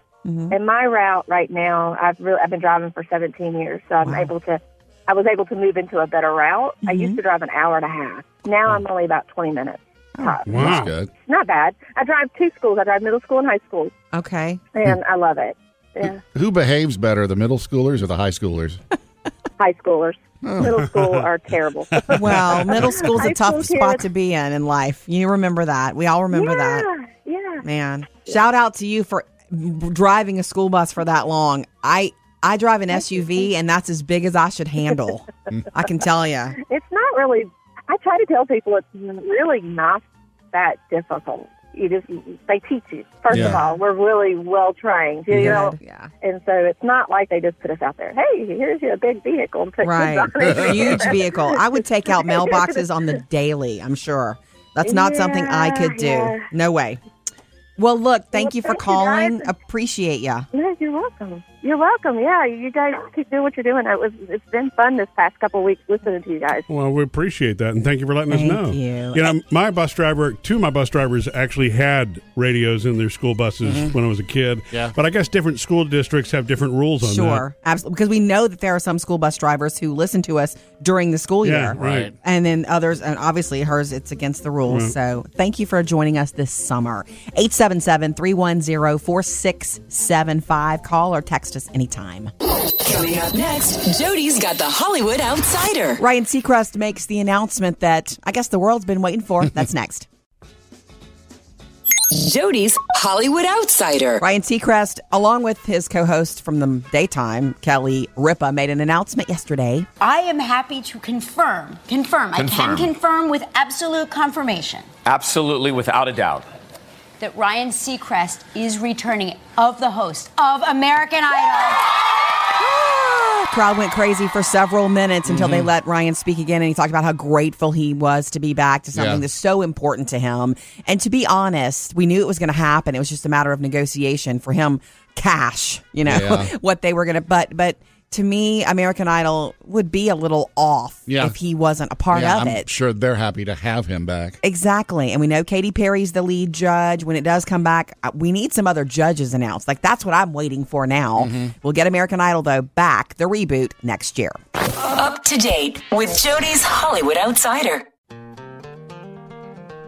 Speaker 10: and my route right now. I've really I've been driving for seventeen years, so I'm able to. I was able to move into a better route. I
Speaker 3: Mm-hmm.
Speaker 10: used to drive an hour and a half. Now I'm only about twenty minutes.
Speaker 3: Oh,
Speaker 10: tops.
Speaker 2: Wow.
Speaker 1: That's good.
Speaker 10: It's not bad. I drive two schools. I drive middle school and high school,
Speaker 3: Okay.
Speaker 10: and I love it. Yeah.
Speaker 1: Who behaves better, the middle schoolers or the high schoolers?
Speaker 10: high schoolers.
Speaker 3: Oh.
Speaker 10: Middle school are terrible.
Speaker 3: Well, middle school's a
Speaker 10: High
Speaker 3: tough
Speaker 10: school
Speaker 3: spot
Speaker 10: kids.
Speaker 3: to be in in life. You remember that. We all remember that.
Speaker 10: Yeah, yeah.
Speaker 3: Man, shout out to you for driving a school bus for that long. I I drive an SUV and that's as big as I should handle. I can tell you.
Speaker 10: It's not really. I try to tell people it's really not that difficult. You just they teach you. First of
Speaker 1: Yeah.
Speaker 10: all, we're really well trained. You know.
Speaker 3: Yeah.
Speaker 10: And so it's not like they just put us out there. Hey, here's your big vehicle. And put kids
Speaker 3: Right.
Speaker 10: on it.
Speaker 3: Huge vehicle. I would take out mailboxes on the daily, I'm sure. That's not something I could do.
Speaker 10: Yeah.
Speaker 3: No way. Well, look, thank
Speaker 10: Well,
Speaker 3: you for
Speaker 10: thank you, guys.
Speaker 3: calling. Appreciate ya.
Speaker 10: No, you're welcome. You're welcome. Yeah, you guys keep doing what you're doing. It was it's been fun this past couple of weeks listening to you guys.
Speaker 2: Well, we appreciate that, and thank you for letting
Speaker 3: Thank
Speaker 2: us know.
Speaker 3: you.
Speaker 2: know, my bus driver, two of my bus drivers actually had radios in their school buses
Speaker 3: Mm-hmm.
Speaker 2: when I was a kid.
Speaker 1: Yeah.
Speaker 2: But I guess different school districts have different rules on that.
Speaker 3: Sure. Absolutely. Because we know that there are some school bus drivers who listen to us during the school year.
Speaker 2: Yeah,
Speaker 1: right.
Speaker 3: And then others, and obviously hers, it's against the rules. So thank you for joining us this summer. 877 310 4675. Call or text us anytime.
Speaker 4: Coming up next, Jody's got the Hollywood Outsider.
Speaker 3: Ryan Seacrest makes the announcement that I guess the world's been waiting for. That's next.
Speaker 4: Jody's Hollywood Outsider.
Speaker 3: Ryan Seacrest, along with his co host from the daytime, Kelly Ripa, made an announcement yesterday.
Speaker 11: I am happy to confirm, confirm, I
Speaker 12: Confirm.
Speaker 11: can confirm with absolute confirmation
Speaker 12: Absolutely, without a doubt.
Speaker 11: that Ryan Seacrest is returning of the host of American Idol.
Speaker 3: Crowd went crazy for several minutes until
Speaker 1: Mm-hmm.
Speaker 3: they let Ryan speak again, and he talked about how grateful he was to be back to something
Speaker 1: Yeah.
Speaker 3: that's so important to him. And to be honest, we knew it was going to happen. It was just a matter of negotiation for him, cash, you know,
Speaker 1: Yeah.
Speaker 3: what they were going to. But but to me, American Idol would be a little off
Speaker 1: Yeah.
Speaker 3: if he wasn't a part
Speaker 1: yeah,
Speaker 3: of
Speaker 1: I'm
Speaker 3: it.
Speaker 1: sure they're happy to have him back.
Speaker 3: Exactly. And we know Katy Perry's the lead judge. When it does come back, uh, we need some other judges announced. Like, that's what I'm waiting for now. We'll get American Idol, though, back, the reboot, next year.
Speaker 4: Up to date with Jody's Hollywood Outsider.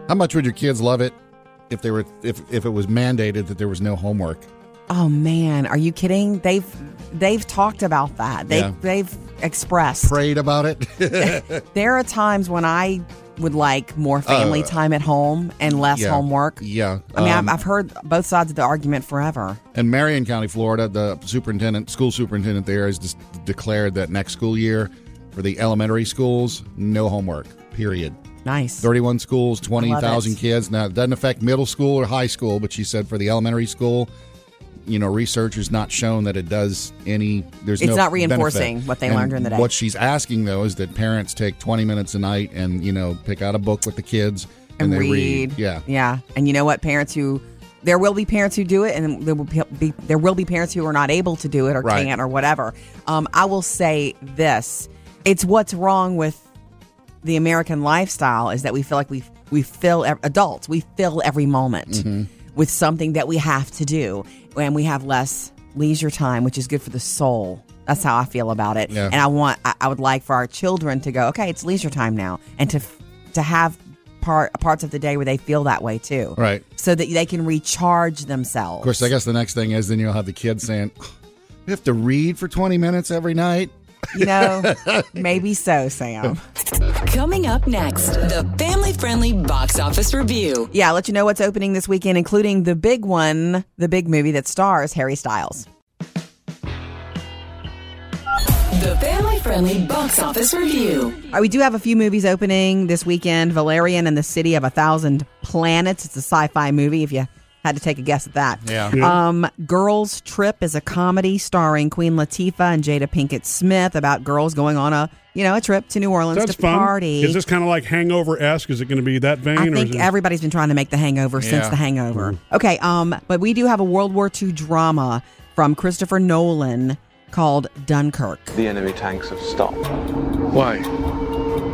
Speaker 1: How much would your kids love it if they were if if it was mandated that there was no homework?
Speaker 3: Oh, man. Are you kidding? They've they've talked about that. They,
Speaker 1: Yeah.
Speaker 3: They've expressed.
Speaker 1: Prayed about it.
Speaker 3: There are times when I would like more family
Speaker 1: Uh,
Speaker 3: time at home and less
Speaker 1: yeah,
Speaker 3: homework.
Speaker 1: Yeah.
Speaker 3: I mean,
Speaker 1: um,
Speaker 3: I've, I've heard both sides of the argument forever.
Speaker 1: In Marion County, Florida, the superintendent, school superintendent there has just declared that next school year for the elementary schools, no homework, period.
Speaker 3: Nice.
Speaker 1: 31 schools,
Speaker 3: I
Speaker 1: 20,000
Speaker 3: love it.
Speaker 1: kids. Now, it doesn't affect middle school or high school, but she said for the elementary school, you know, research has not shown that it does any. There's
Speaker 3: It's
Speaker 1: no
Speaker 3: not reinforcing
Speaker 1: benefit.
Speaker 3: what they
Speaker 1: And
Speaker 3: learned during the day.
Speaker 1: What she's asking though is that parents take 20 minutes a night and you know pick out a book with the kids and, they read. Yeah,
Speaker 3: Yeah. And you know what? Parents who there will be parents who do it, and there will be there will be parents who are not able to do it or
Speaker 1: Right.
Speaker 3: can't or whatever. Um, I will say this: it's what's wrong with the American lifestyle is that we feel like we we fill ev- adults we fill every moment
Speaker 1: Mm-hmm.
Speaker 3: with something that we have to do, and we have less leisure time, which is good for the soul. That's how I feel about it,
Speaker 1: Yeah.
Speaker 3: and I want I, I would like for our children to go, okay, it's leisure time now, and to f- to have part parts of the day where they feel that way too,
Speaker 1: right.
Speaker 3: So that they can recharge themselves.
Speaker 1: Of course, I guess the next thing is then you'll have the kids saying, "You have to read for 20 minutes every night."
Speaker 3: You know, maybe so, Sam.
Speaker 4: Coming up next, the family friendly box office review.
Speaker 3: Yeah, I'll let you know what's opening this weekend, including the big one, the big movie that stars Harry Styles.
Speaker 4: The family friendly box office review.
Speaker 3: All right, we do have a few movies opening this weekend Valerian and the City of a Thousand Planets. It's a sci fi movie, if you had to take a guess at that.
Speaker 1: Yeah. Yeah.
Speaker 3: Um, Girls Trip is a comedy starring Queen Latifah and Jada Pinkett Smith about girls going on a you know a trip to New Orleans
Speaker 2: That's
Speaker 3: to
Speaker 2: fun.
Speaker 3: party.
Speaker 2: Is this kind of like Hangover esque? Is it going to be that vein?
Speaker 3: I
Speaker 2: or is
Speaker 3: think
Speaker 2: it- Mm-hmm.
Speaker 3: everybody's been trying to make The Hangover since
Speaker 2: Yeah.
Speaker 3: The Hangover. Okay, um, but we do have a World War II drama from Christopher Nolan called Dunkirk.
Speaker 7: The enemy tanks have stopped. Why?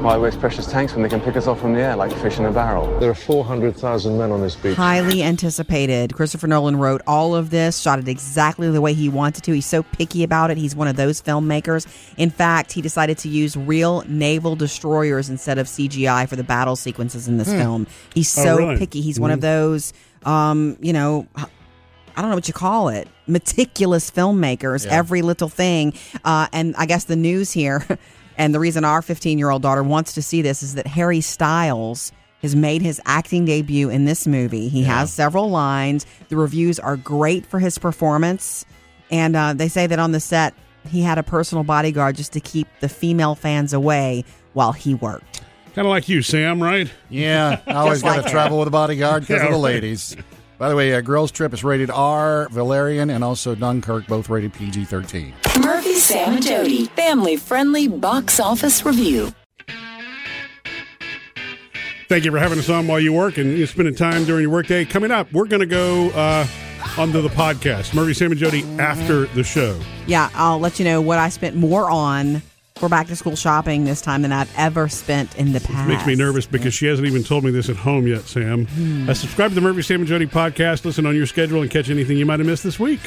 Speaker 7: Why waste precious tanks when they can pick us off from the air like fish in a barrel? There are 400,000 men on this beach.
Speaker 3: Highly anticipated. Christopher Nolan wrote all of this, shot it exactly the way he wanted to. He's so picky about it. He's one of those filmmakers. In fact, he decided to use real naval destroyers instead of CGI for the battle sequences in this
Speaker 18: Hmm.
Speaker 3: film. He's
Speaker 18: Oh,
Speaker 3: so
Speaker 18: really?
Speaker 3: picky. He's one of
Speaker 18: Mhm.
Speaker 3: those, um, you know, I don't know what you call it, meticulous filmmakers,
Speaker 18: Yeah.
Speaker 3: every little thing. Uh, and I guess the news here, and the reason our 15 year old daughter wants to see this is that Harry Styles has made his acting debut in this movie. He has several lines. The reviews are great for his performance. And uh, they say that on the set, he had a personal bodyguard just to keep the female fans away while he worked.
Speaker 2: Kind of like you, Sam, right?
Speaker 1: Yeah, I always got to travel with a bodyguard because of
Speaker 2: Yeah.
Speaker 1: the ladies. By the way, uh, Girls Trip is rated R, Valerian, and also Dunkirk, both rated PG 13.
Speaker 4: Murphy, Sam, and Jody. Family friendly box office review.
Speaker 2: Thank you for having us on while you work and you're spending time during your workday. Coming up, we're going to go uh, onto the podcast, Murphy, Sam, and Jody, after the show.
Speaker 3: Yeah, I'll let you know what I spent more on for back to school shopping this time than I've ever spent in the past.
Speaker 2: Makes me nervous because she hasn't even told me this at home yet, Sam. Uh, subscribe to the Murphy, Sam, and Jody podcast. Listen on your schedule and catch anything you might have missed this week.